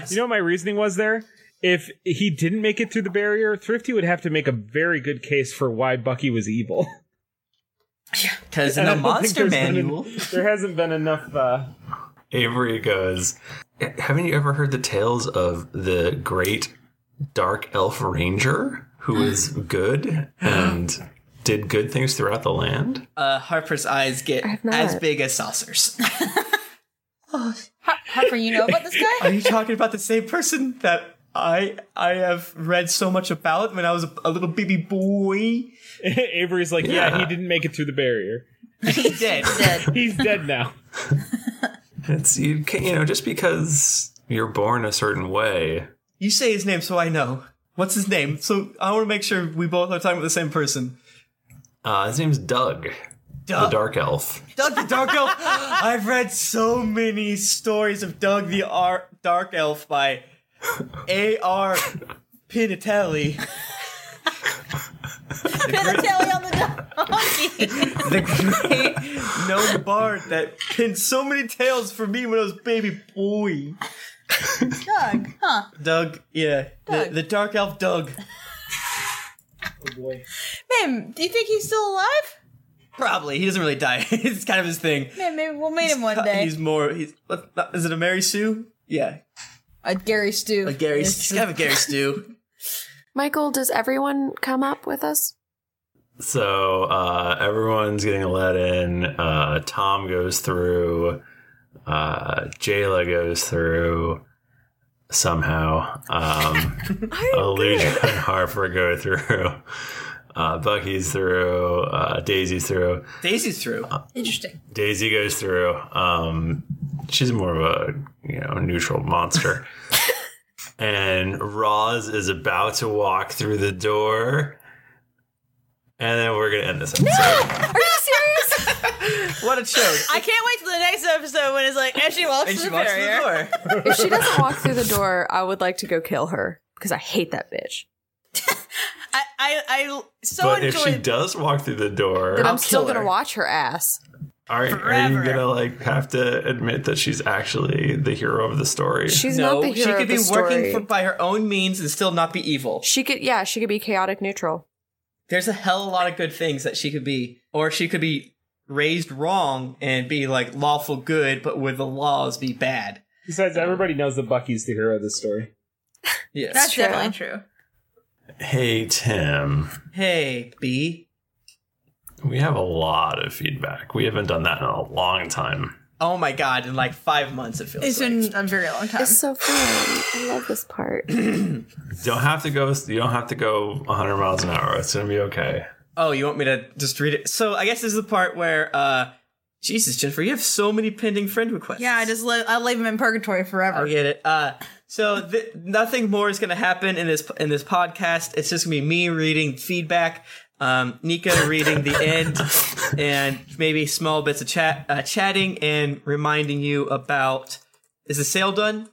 You know what my reasoning was there? If he didn't make it through the barrier, Thrifty would have to make a very good case for why Bucky was evil.
Because in
And I don't think
the monster
there's been en-
manual,
there hasn't been enough. Uh,
Avery goes, "Eh, Haven't you ever heard the tales of the great dark elf ranger who
Mm.
was good and did good things throughout the land?
uh, Harper's eyes get
not.
as big as saucers.
Har- Harper, you know about this guy?
Are you talking about the same person that I I have read so much about when I was a, a little baby boy?
Avery's like, yeah. he didn't make it through the barrier.
He did.
He's dead now.
It's you can you know just because you're born a certain way.
You say his name so I know. What's his name? So I want to make sure we both are talking about the same person.
Uh, his name's Doug, the
Doug.
dark elf.
Doug the Dark Elf. I've read so many stories of Doug the Ar- Dark Elf by A.R. Pinatelli,
Pinatelli on the donkey.
the great known bard that penned so many tales for me when I was a baby boy.
Doug, huh?
Doug, yeah, The, the Dark Elf Doug.
Man, do you think he's still alive?
Probably he doesn't really die. it's kind of his thing.
Man, maybe we'll meet him one day.
He's more. He's what, is it a Mary Sue? Yeah,
A Gary Stew.
a Gary. He's kind of a Gary Stew.
Michael, does everyone come up with us?
So uh, everyone's getting let in. Uh, Tom goes through. Uh, Jayla goes through somehow. Um, Aludra and Harper go through. Uh, Bucky's through. Uh, Daisy's through.
Daisy's through.
Interesting.
Daisy goes through. Um, she's more of a you know neutral monster. and Roz is about to walk through the door, and then we're gonna end this episode.
Are you serious?
What a show!
I can't wait till the next episode when it's like, and she walks
And
through
she
the
walks through
barrier.
the door.
If she doesn't walk through the door, I would like to go kill her because I hate that bitch.
I, I, I so
but if
enjoy.
she does walk through the door,
But
are,
I'm still
kill her.
gonna watch her ass.
are you gonna like have to admit that she's actually the hero of the story?
She's
No,
not the
she
hero
could
of
be
the story.
working for, by her own means and still not be evil.
she could, yeah, she could be chaotic neutral.
There's a hell of a lot of good things that she could be, or she could be raised wrong and be like lawful good, but with the laws be bad.
Besides, everybody knows that Bucky's the hero of this story.
Yes.
That's
true.
definitely true.
hey Tim,
hey, B.
we have a lot of feedback. We haven't done that in a long time.
Oh my god! In like five months, it feels.
It's
like.
been a very long time.
It's so fun. I love this part.
Don't have to go. You don't have to go 100 miles an hour. It's gonna be okay.
Oh, you want me to just read it? So I guess this is the part where, uh, Jesus, Jennifer, you have so many pending friend requests. Oh,
yeah, I just li- I leave him in purgatory forever.
I get it. Uh, So th- nothing more is going to happen in this in this podcast. It's just going to be me reading feedback, um, Nika reading the end, and maybe small bits of chat, uh, chatting, and reminding you about. Is the sale done?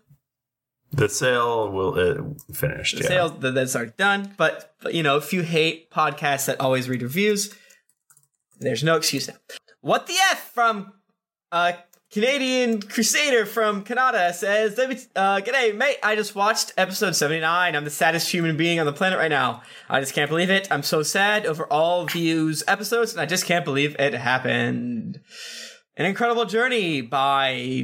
The sale will uh, finished.
The
yeah.
sales th- that's are done. But, but you know, if you hate podcasts that always read reviews, there's no excuse now. What the f from uh, Canadian Crusader from Canada says, "Let me- uh, "G'day, mate. I just watched episode 79. I'm the saddest human being on the planet right now. I just can't believe it. I'm so sad over all views episodes, and I just can't believe it happened." An Incredible Journey by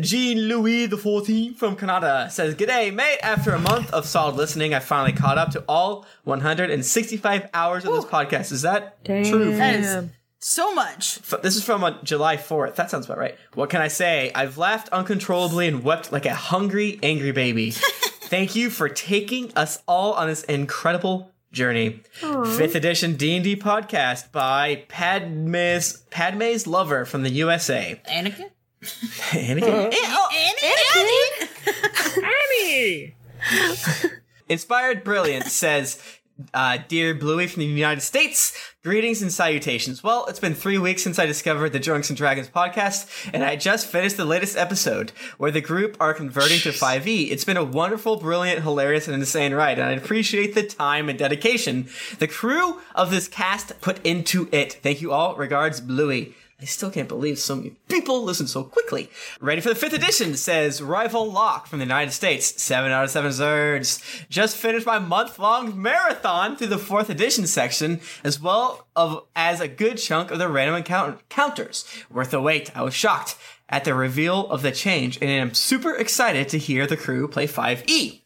Jean Louis XIV from Canada says, G'day, mate. After a month of solid listening, I finally caught up to all 165 hours of this podcast. Is that true?
That is so much.
F- This is from uh, July 4th. That sounds about right. What can I say? I've laughed uncontrollably and wept like a hungry, angry baby. Thank you for taking us all on this incredible journey.
Aw.
Fifth edition D&D podcast by Padme's, Padme's Lover from the USA.
Anakin?
Anakin?
Eh, oh, Anakin?
Annie!
Inspired Brilliant says, uh, Dear Bluey from the United States, greetings and salutations. Well, it's been three weeks since I discovered the Drunks and Dragons podcast, and I just finished the latest episode where the group are converting to 5e. It's been a wonderful, brilliant, hilarious, and insane ride, and I appreciate the time and dedication the crew of this cast put into it. Thank you all. Regards, Bluey. I still can't believe so many people listen so quickly. Ready for the fifth edition, says Rival Lock from the United States. Seven out of seven Zerds. Just finished my month long marathon through the fourth edition section, as well of as a good chunk of the random encounter- encounters. Worth the wait. I was shocked at the reveal of the change, and I'm super excited to hear the crew play E. 5E.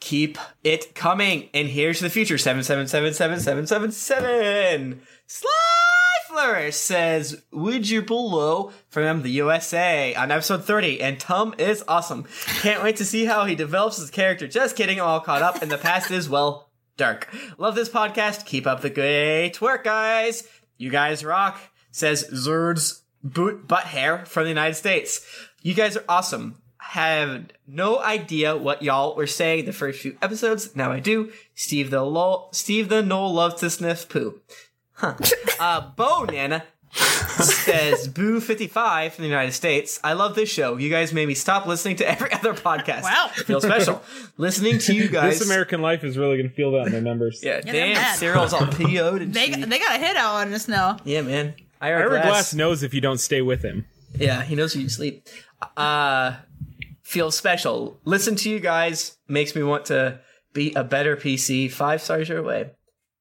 Keep it coming, and here's the future 77777777. Sly Flourish says, Would you below from the USA on episode 30? And Tom is awesome. Can't wait to see how he develops his character. Just kidding, I'm all caught up, and the past is, well, dark. Love this podcast. Keep up the great work, guys. You guys rock, says Zerd's boot butt hair from the United States. You guys are awesome. Have no idea what y'all were saying the first few episodes. Now I do. Steve the lol, Steve the Knoll loves to sniff poo. Uh, Bo Nana says Boo55 from the United States. I love this show. You guys made me stop listening to every other podcast. Wow. Feel special. Listening to you guys.
This American Life is really going to feel that in their numbers.
yeah,
Yeah, they're
damn,
mad.
Cyril's all PO'd and
They, they got a hit out on us now.
Yeah, man. Ira,
Ira
Glass.
Glass knows if you don't stay with him.
Yeah, he knows where you sleep. Uh feel special. Listen to you guys makes me want to be a better PC. Five stars your way.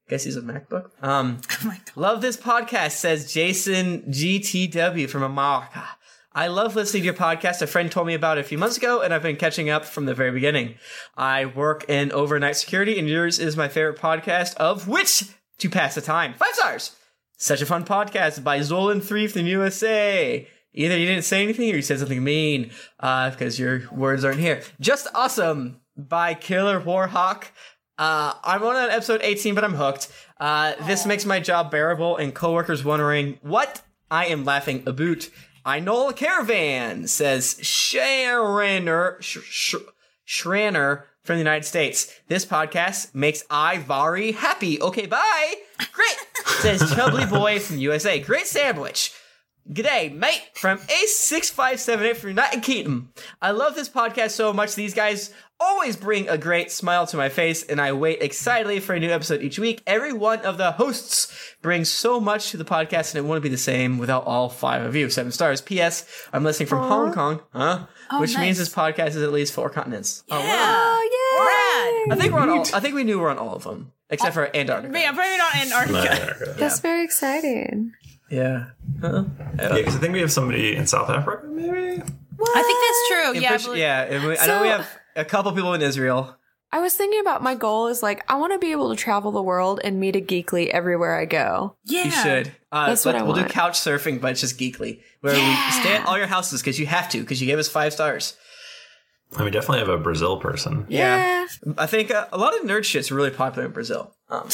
Guess he's a MacBook. Um, love this podcast, says Jason GTW from America. I love listening to your podcast. A friend told me about it a few months ago, and I've been catching up from the very beginning. I work in overnight security, and yours is my favorite podcast, of which to pass the time. Five stars! Such a fun podcast by Zolan Three from the USA. Either you didn't say anything or you said something mean uh, because your words aren't here. Just awesome by Killer Warhawk. Uh, I'm only on episode 18, but I'm hooked. Uh, this makes my job bearable and coworkers wondering what I am laughing about. I know a caravan says Sharoner. Sh- sh- Schranner from the United States. This podcast makes I Vari happy. Okay, bye. Great. Says Chubby Boy from USA. Great sandwich. G'day, mate, from A6578 from United Kingdom. I love this podcast so much. These guys always bring a great smile to my face, and I wait excitedly for a new episode each week. Every one of the hosts brings so much to the podcast, and it wouldn't be the same without all five of you. Seven stars. P.S. I'm listening from
Aw.
Hong Kong, huh?
Oh,
Which
nice.
means this podcast is at least four continents. Oh, wow.
Oh,
I think we're on all. I think we knew we're on all of them
Uh,
except for Antarctica.
Man, I'm probably not Antarctica.
That's very exciting.
Yeah. Huh?
Yeah, because I think we have somebody in South Africa, maybe.
I think that's true. Yeah. I
Push-
believe-
yeah. and we- I know
So-
we have a couple people in Israel.
I was thinking about my goal is like I want to be able to travel the world and meet a geekly everywhere I go.
Yeah,
You should. Uh,
That's
but
what I
we'll
want.
do couch surfing, but it's just geekly, where we stay at all your houses because you have to because you gave us five stars.
I mean, definitely have a Brazil person.
Yeah. I think uh, a lot of nerd shit's really popular in Brazil. Um,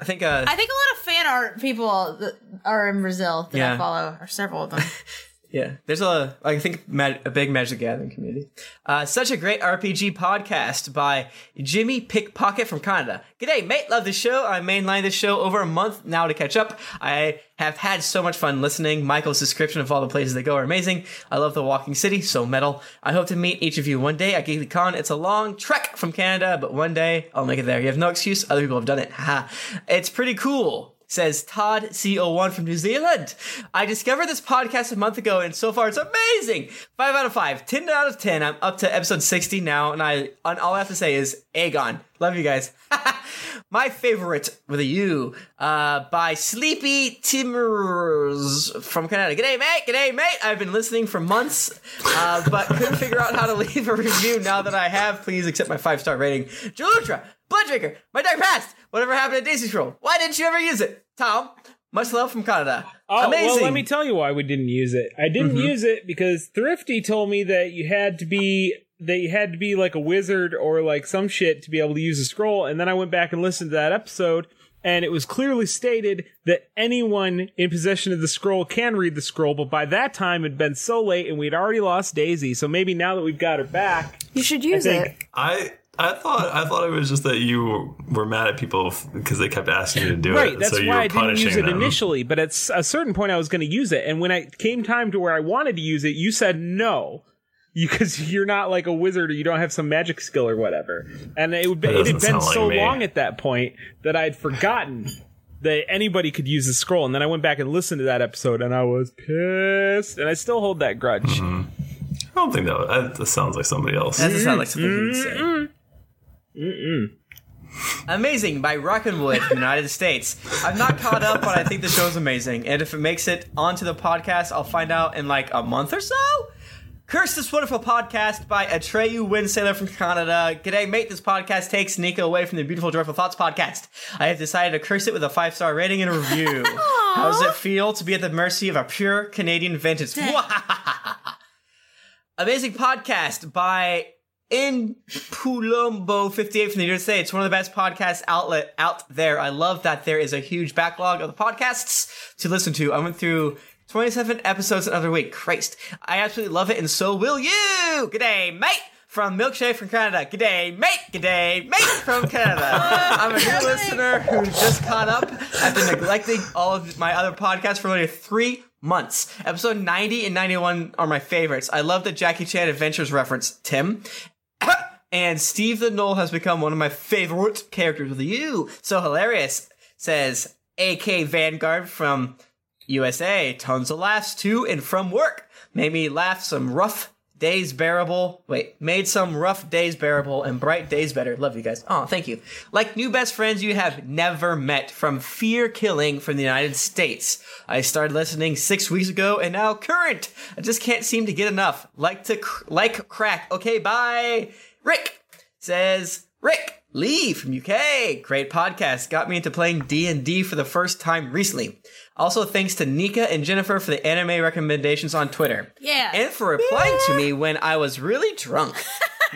I think. Uh,
I think a lot of fan art people that are in Brazil that
Yeah.
I follow, or several of them.
Yeah, there's a I think mag- a big Magic the Gathering community. Uh, such a great RPG podcast by Jimmy Pickpocket from Canada. G'day, mate. Love the show. I mainlined the show over a month now to catch up. I have had so much fun listening. Michael's description of all the places they go are amazing. I love the Walking City, so metal. I hope to meet each of you one day at GeeklyCon. It's a long trek from Canada, but one day I'll make it there. You have no excuse. Other people have done it. Ha! It's pretty cool says Todd CO1 from New Zealand. I discovered this podcast a month ago and so far it's amazing. 5 out of 5, 10 out of 10. I'm up to episode 60 now and I and all I have to say is Aegon. Love you guys. My favorite with a U uh, by Sleepy Timbers from Canada. G'day, mate. G'day, mate. I've been listening for months, uh, but couldn't figure out how to leave a review. Now that I have, please accept my five star rating. Jalutra, Blood Drinker, My Dark Past, Whatever Happened to Daisy Scroll. Why didn't you ever use it? Tom, much love from Canada.
Oh,
Amazing.
well, let me tell you why we didn't use it. I didn't
Mhm.
use it because Thrifty told me that you had to be that you had to be like a wizard or like some shit to be able to use a scroll. And then I went back and listened to that episode, and it was clearly stated that anyone in possession of the scroll can read the scroll. But by that time, it'd been so late, and we'd already lost Daisy. So maybe now that we've got her back,
you should
use it.
I I thought I thought it was just that you were mad at people because they kept asking you to do
right,
it.
that's
so you
why
were
I didn't
punishing
use it
them.
initially, but at s- a certain point I was going to use it. And when I came time to where I wanted to use it, you said no. Because you, are not like a wizard or you don't have some magic skill or whatever. And it, would be,
That
it
doesn't
had been
sound like
so
me.
long at that point that I'd forgotten that anybody could use the scroll. And then I went back and listened to that episode and I was pissed. And I still hold that grudge.
I don't think that, Mm-hmm. that, that sounds like somebody else.
That doesn't sound like something he would say.
Mm-hmm. Mm-mm.
Amazing by Rockinwood from the United States. I'm not caught up, but I think the show's amazing. And if it makes it onto the podcast, I'll find out in like a month or so. Curse this wonderful podcast by Atreyu Windsailor from Canada. G'day, mate. This podcast takes Nico away from the Beautiful Joyful Thoughts podcast. I have decided to curse it with a five star rating and a review. How does it feel to be at the mercy of a pure Canadian vintage? Amazing podcast by in Pulombo 58 from the United States. One of the best podcast outlet out there. I love that there is a huge backlog of the podcasts to listen to. I went through 27 episodes another week. Christ. I absolutely love it and so will you. G'day, mate. From Milkshake from Canada. G'day, mate. G'day, mate from Canada. I'm a new listener who just caught up after neglecting all of my other podcasts for only three months. Episode 90 and 91 are my favorites. I love the Jackie Chan Adventures reference, Tim. and Steve the Knoll has become one of my favorite characters with you. So hilarious, says AK Vanguard from USA. Tons of laughs to and from work. Made me laugh some rough days bearable. Wait, made some rough days bearable and bright days better. Love you guys. Oh, thank you. Like new best friends you have never met from Fear Killing from the United States. I started listening six weeks ago and now current. I just can't seem to get enough. Like to cr- like crack. Okay, bye. Rick says Rick Lee from UK. Great podcast. Got me into playing D&D for the first time recently. Also thanks to Nika and Jennifer for the anime recommendations on Twitter.
Yeah.
And for replying to me when I was really drunk.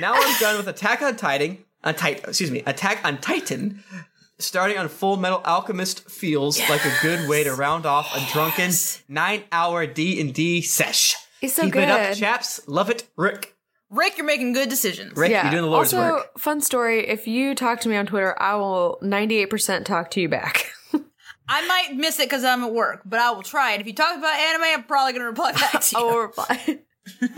now I'm done with Attack on Titan, on Titan, excuse me, Attack on Titan. Starting on Full Metal Alchemist feels like a good way to round off a drunken nine-hour D and D sesh.
It's so
Keep it up,
good.
chaps. Love it, Rick.
Rick, you're making good decisions.
Rick, you're doing the Lord's
also,
work.
fun story. If you talk to me on Twitter, I will 98% talk to you back.
I might miss it because I'm at work, but I will try. And if you talk about anime, I'm probably going to reply back to you.
I will reply.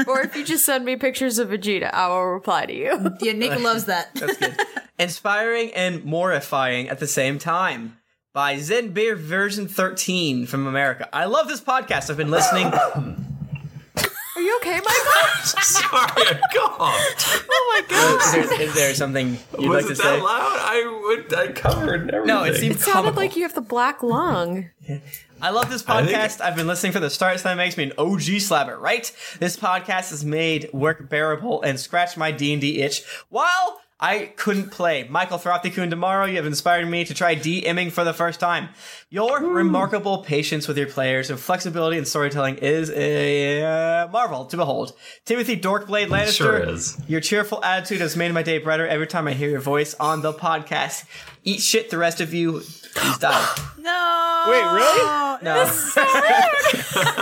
or if you just send me pictures of Vegeta, I will reply to you.
Yeah, Nick loves that.
Inspiring and mortifying at the same time. By Zen Beer version 13 from America. I love this podcast. I've been listening.
Are you okay, Michael?
Sorry, God.
oh my
is, there, is there something you'd
Was
like
it
to
that
say?
loud? I would. I covered everything.
No, it seemed
It sounded
comical.
like you have the black lung.
I love this
I think-
podcast. I've been listening from the start, so that makes me an OG slapper, right? This podcast has made work bearable and scratched my D and D itch while I couldn't play. Michael Throthy-kun, tomorrow you have inspired me to try DMing for the first time. Your remarkable patience with your players and flexibility in storytelling is a uh, marvel to behold. Timothy Dorkblade Lannister,
sure is.
your cheerful attitude has made my day brighter every time I hear your voice on the podcast. Eat shit, the rest of you. He's died.
No.
Wait, really?
Oh,
No.
This is so weird.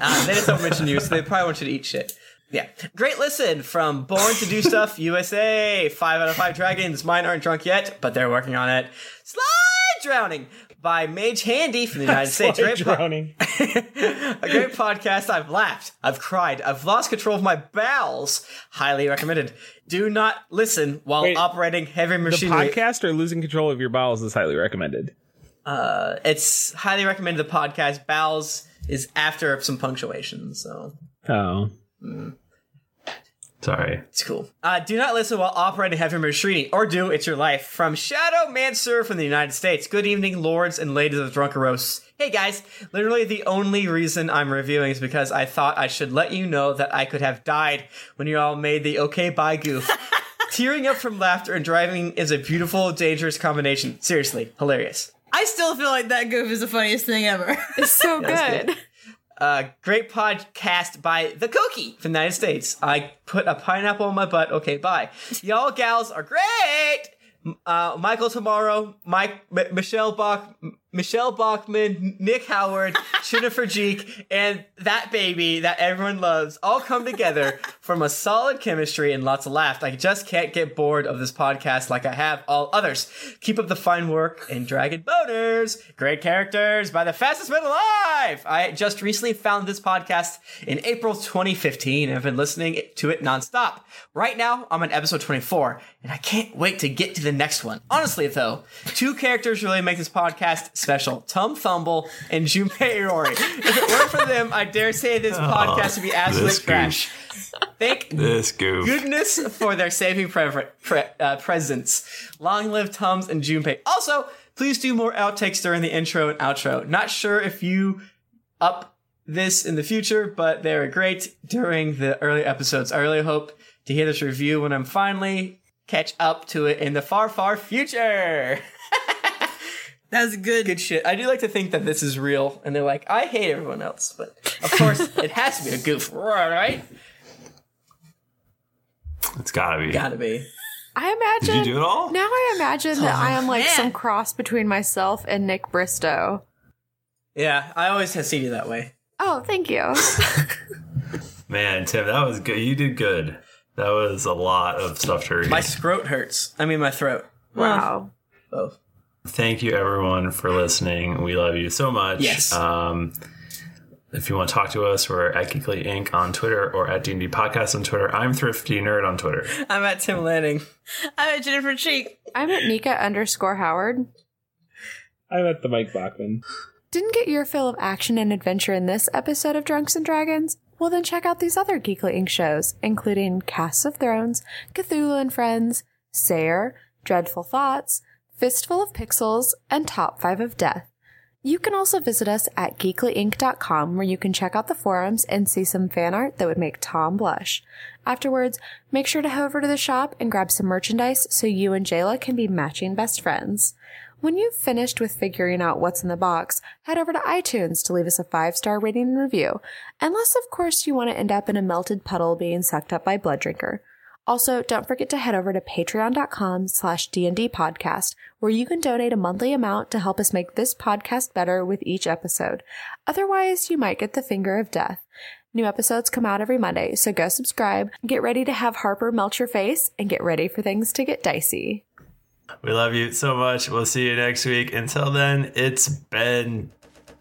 Uh, they just don't mention you, so they probably want you to eat shit. Yeah. Great listen from Born to Do Stuff USA. Five out of five dragons. Mine aren't drunk yet, but they're working on it. Slide Drowning by Mage Handy from the United States.
Slide
Great po-
drowning.
a great podcast. I've laughed. I've cried. I've lost control of my bowels. Highly recommended. Do not listen while
Wait.
operating heavy machinery.
The podcast or losing control of your bowels is highly recommended.
Uh, it's highly recommended. The podcast bowels is after some punctuation, so
Oh.
Sorry.
It's cool. Uh, do not listen while operating heavy machinery, or do it's your life. From Shadow Mansur from the United States. Good evening, lords and ladies of Drunken Roasts. Hey guys, literally the only reason I'm reviewing is because I thought I should let you know that I could have died when you all made the okay bye goof. Tearing up from laughter and driving is a beautiful, dangerous combination. Seriously, hilarious.
I still feel like that goof is the funniest thing ever. It's so
That's good. Uh, great podcast by The Cookie from the United States. I put a pineapple on my butt. Okay, bye. Y'all gals are great. M- Uh, Michael Tomorrow, Mike, M- Michelle Bach, M- Michelle Bachman, Nick Howard, Jennifer Jeek, and that baby that everyone loves all come together from a solid chemistry and lots of laughs. I just can't get bored of this podcast like I have all others. Keep up the fine work and Dragon Boners. Great characters by the fastest man alive. I just recently found this podcast in April 2015 and have been listening to it nonstop. Right now, I'm on episode 24 and I can't wait to get to the next one. Honestly, though, two characters really make this podcast special Tom Thumble and Junpei Irori. If it weren't for them, I dare say this podcast would be
Oh, this
absolute
goof.
trash. Thank
This goof.
Goodness for their saving pre- pre- uh, presence. Long live Tums and Junpei. Also, please do more outtakes during the intro and outro. Not sure if you up this in the future, but they were great during the early episodes. I really hope to hear this review when I'm finally catch up to it in the far, far future.
That's good.
Good shit. I do like to think that this is real, and they're like, I hate everyone else, but of course, it has to be a goof, right?
It's gotta be.
Gotta be.
I imagine.
Did you do it all?
Now I imagine
Oh,
that I am like
man.
some cross between myself and Nick Bristow.
Yeah, I always have seen you that way.
Oh, thank you.
Man, Tim, that was good. You did good. That was a lot of stuff to read.
My throat hurts. I mean, my throat.
Wow.
Both.
Thank you, everyone, for listening. We love you so much.
Yes.
Um, if you want to talk to us, we're at Geekly Inc. on Twitter or at D&D Podcast on Twitter. I'm Thrifty Nerd on Twitter.
I'm at Tim Lanning.
I'm at Jennifer Cheek.
I'm at Nika underscore Howard.
I'm at the Mike Bachman.
Didn't get your fill of action and adventure in this episode of Drunks and Dragons? Well, then check out these other Geekly Inc. shows, including Casts of Thrones, Cthulhu and Friends, Sayer, Dreadful Thoughts, Fistful of Pixels, and Top 5 of Death. You can also visit us at geeklyinc.com where you can check out the forums and see some fan art that would make Tom blush. Afterwards, make sure to head over to the shop and grab some merchandise so you and Jayla can be matching best friends. When you've finished with figuring out what's in the box, head over to iTunes to leave us a five star rating and review. Unless, of course, you want to end up in a melted puddle being sucked up by Blood Drinker. Also, don't forget to head over to patreon.com slash D&D podcast, where you can donate a monthly amount to help us make this podcast better with each episode. Otherwise, you might get the finger of death. New episodes come out every Monday, so go subscribe, get ready to have Harper melt your face, and get ready for things to get dicey.
We love you so much. We'll see you next week. Until then, it's been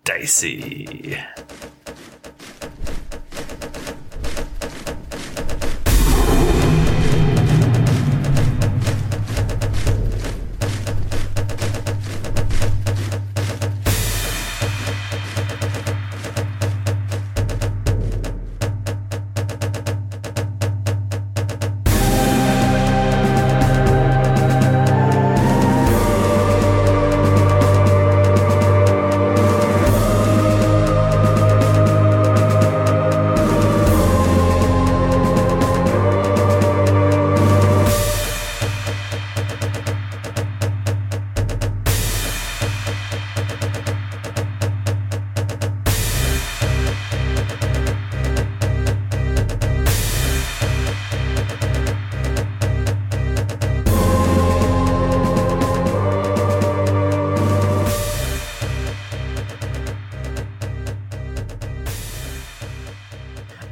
dicey.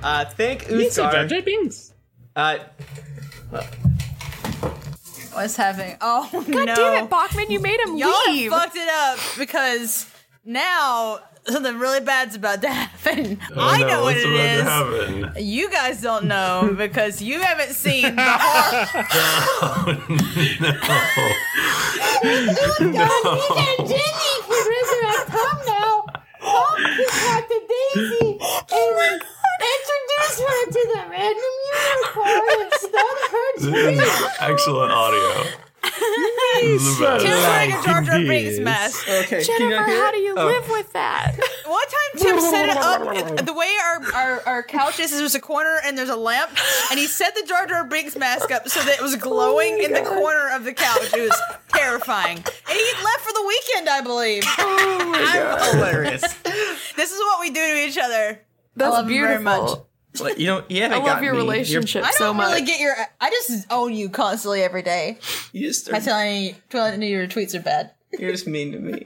Uh, thank
You said
Uthgar.
Jar Jar Binks.
Uh,
What's happening? Oh
God
no.
damn it, Bachman, you made him
Y'all have
leave.
fucked it up because now something really bad's about to happen.
Oh,
I
no,
know what
what's
it
about to
is.
happen?
You guys don't know because you haven't seen the whole
Oh,
Oh,
Introduce her to the random unicorn and stun her
This is excellent audio. This is the best.
Okay,
Jennifer,
can you hear
how
it?
do you
Oh.
live with that? One time Tim set it up the way our, our, our couch is, there's a corner and there's a lamp, and he set the Jar Jar Binks mask up so that it was glowing in the corner of the couch. It was terrifying. And he left for the weekend, I believe. Oh my
God. Hilarious.
this is what we do to each other.
That's
I love him very
beautiful.
much.
Well, you don't. You haven't
I love
got
your
me. You're-
relationship
I don't
so much.
really get your. I just own you constantly every day.
You just
I tell you, telling you your tweets are bad.
You're just mean to me.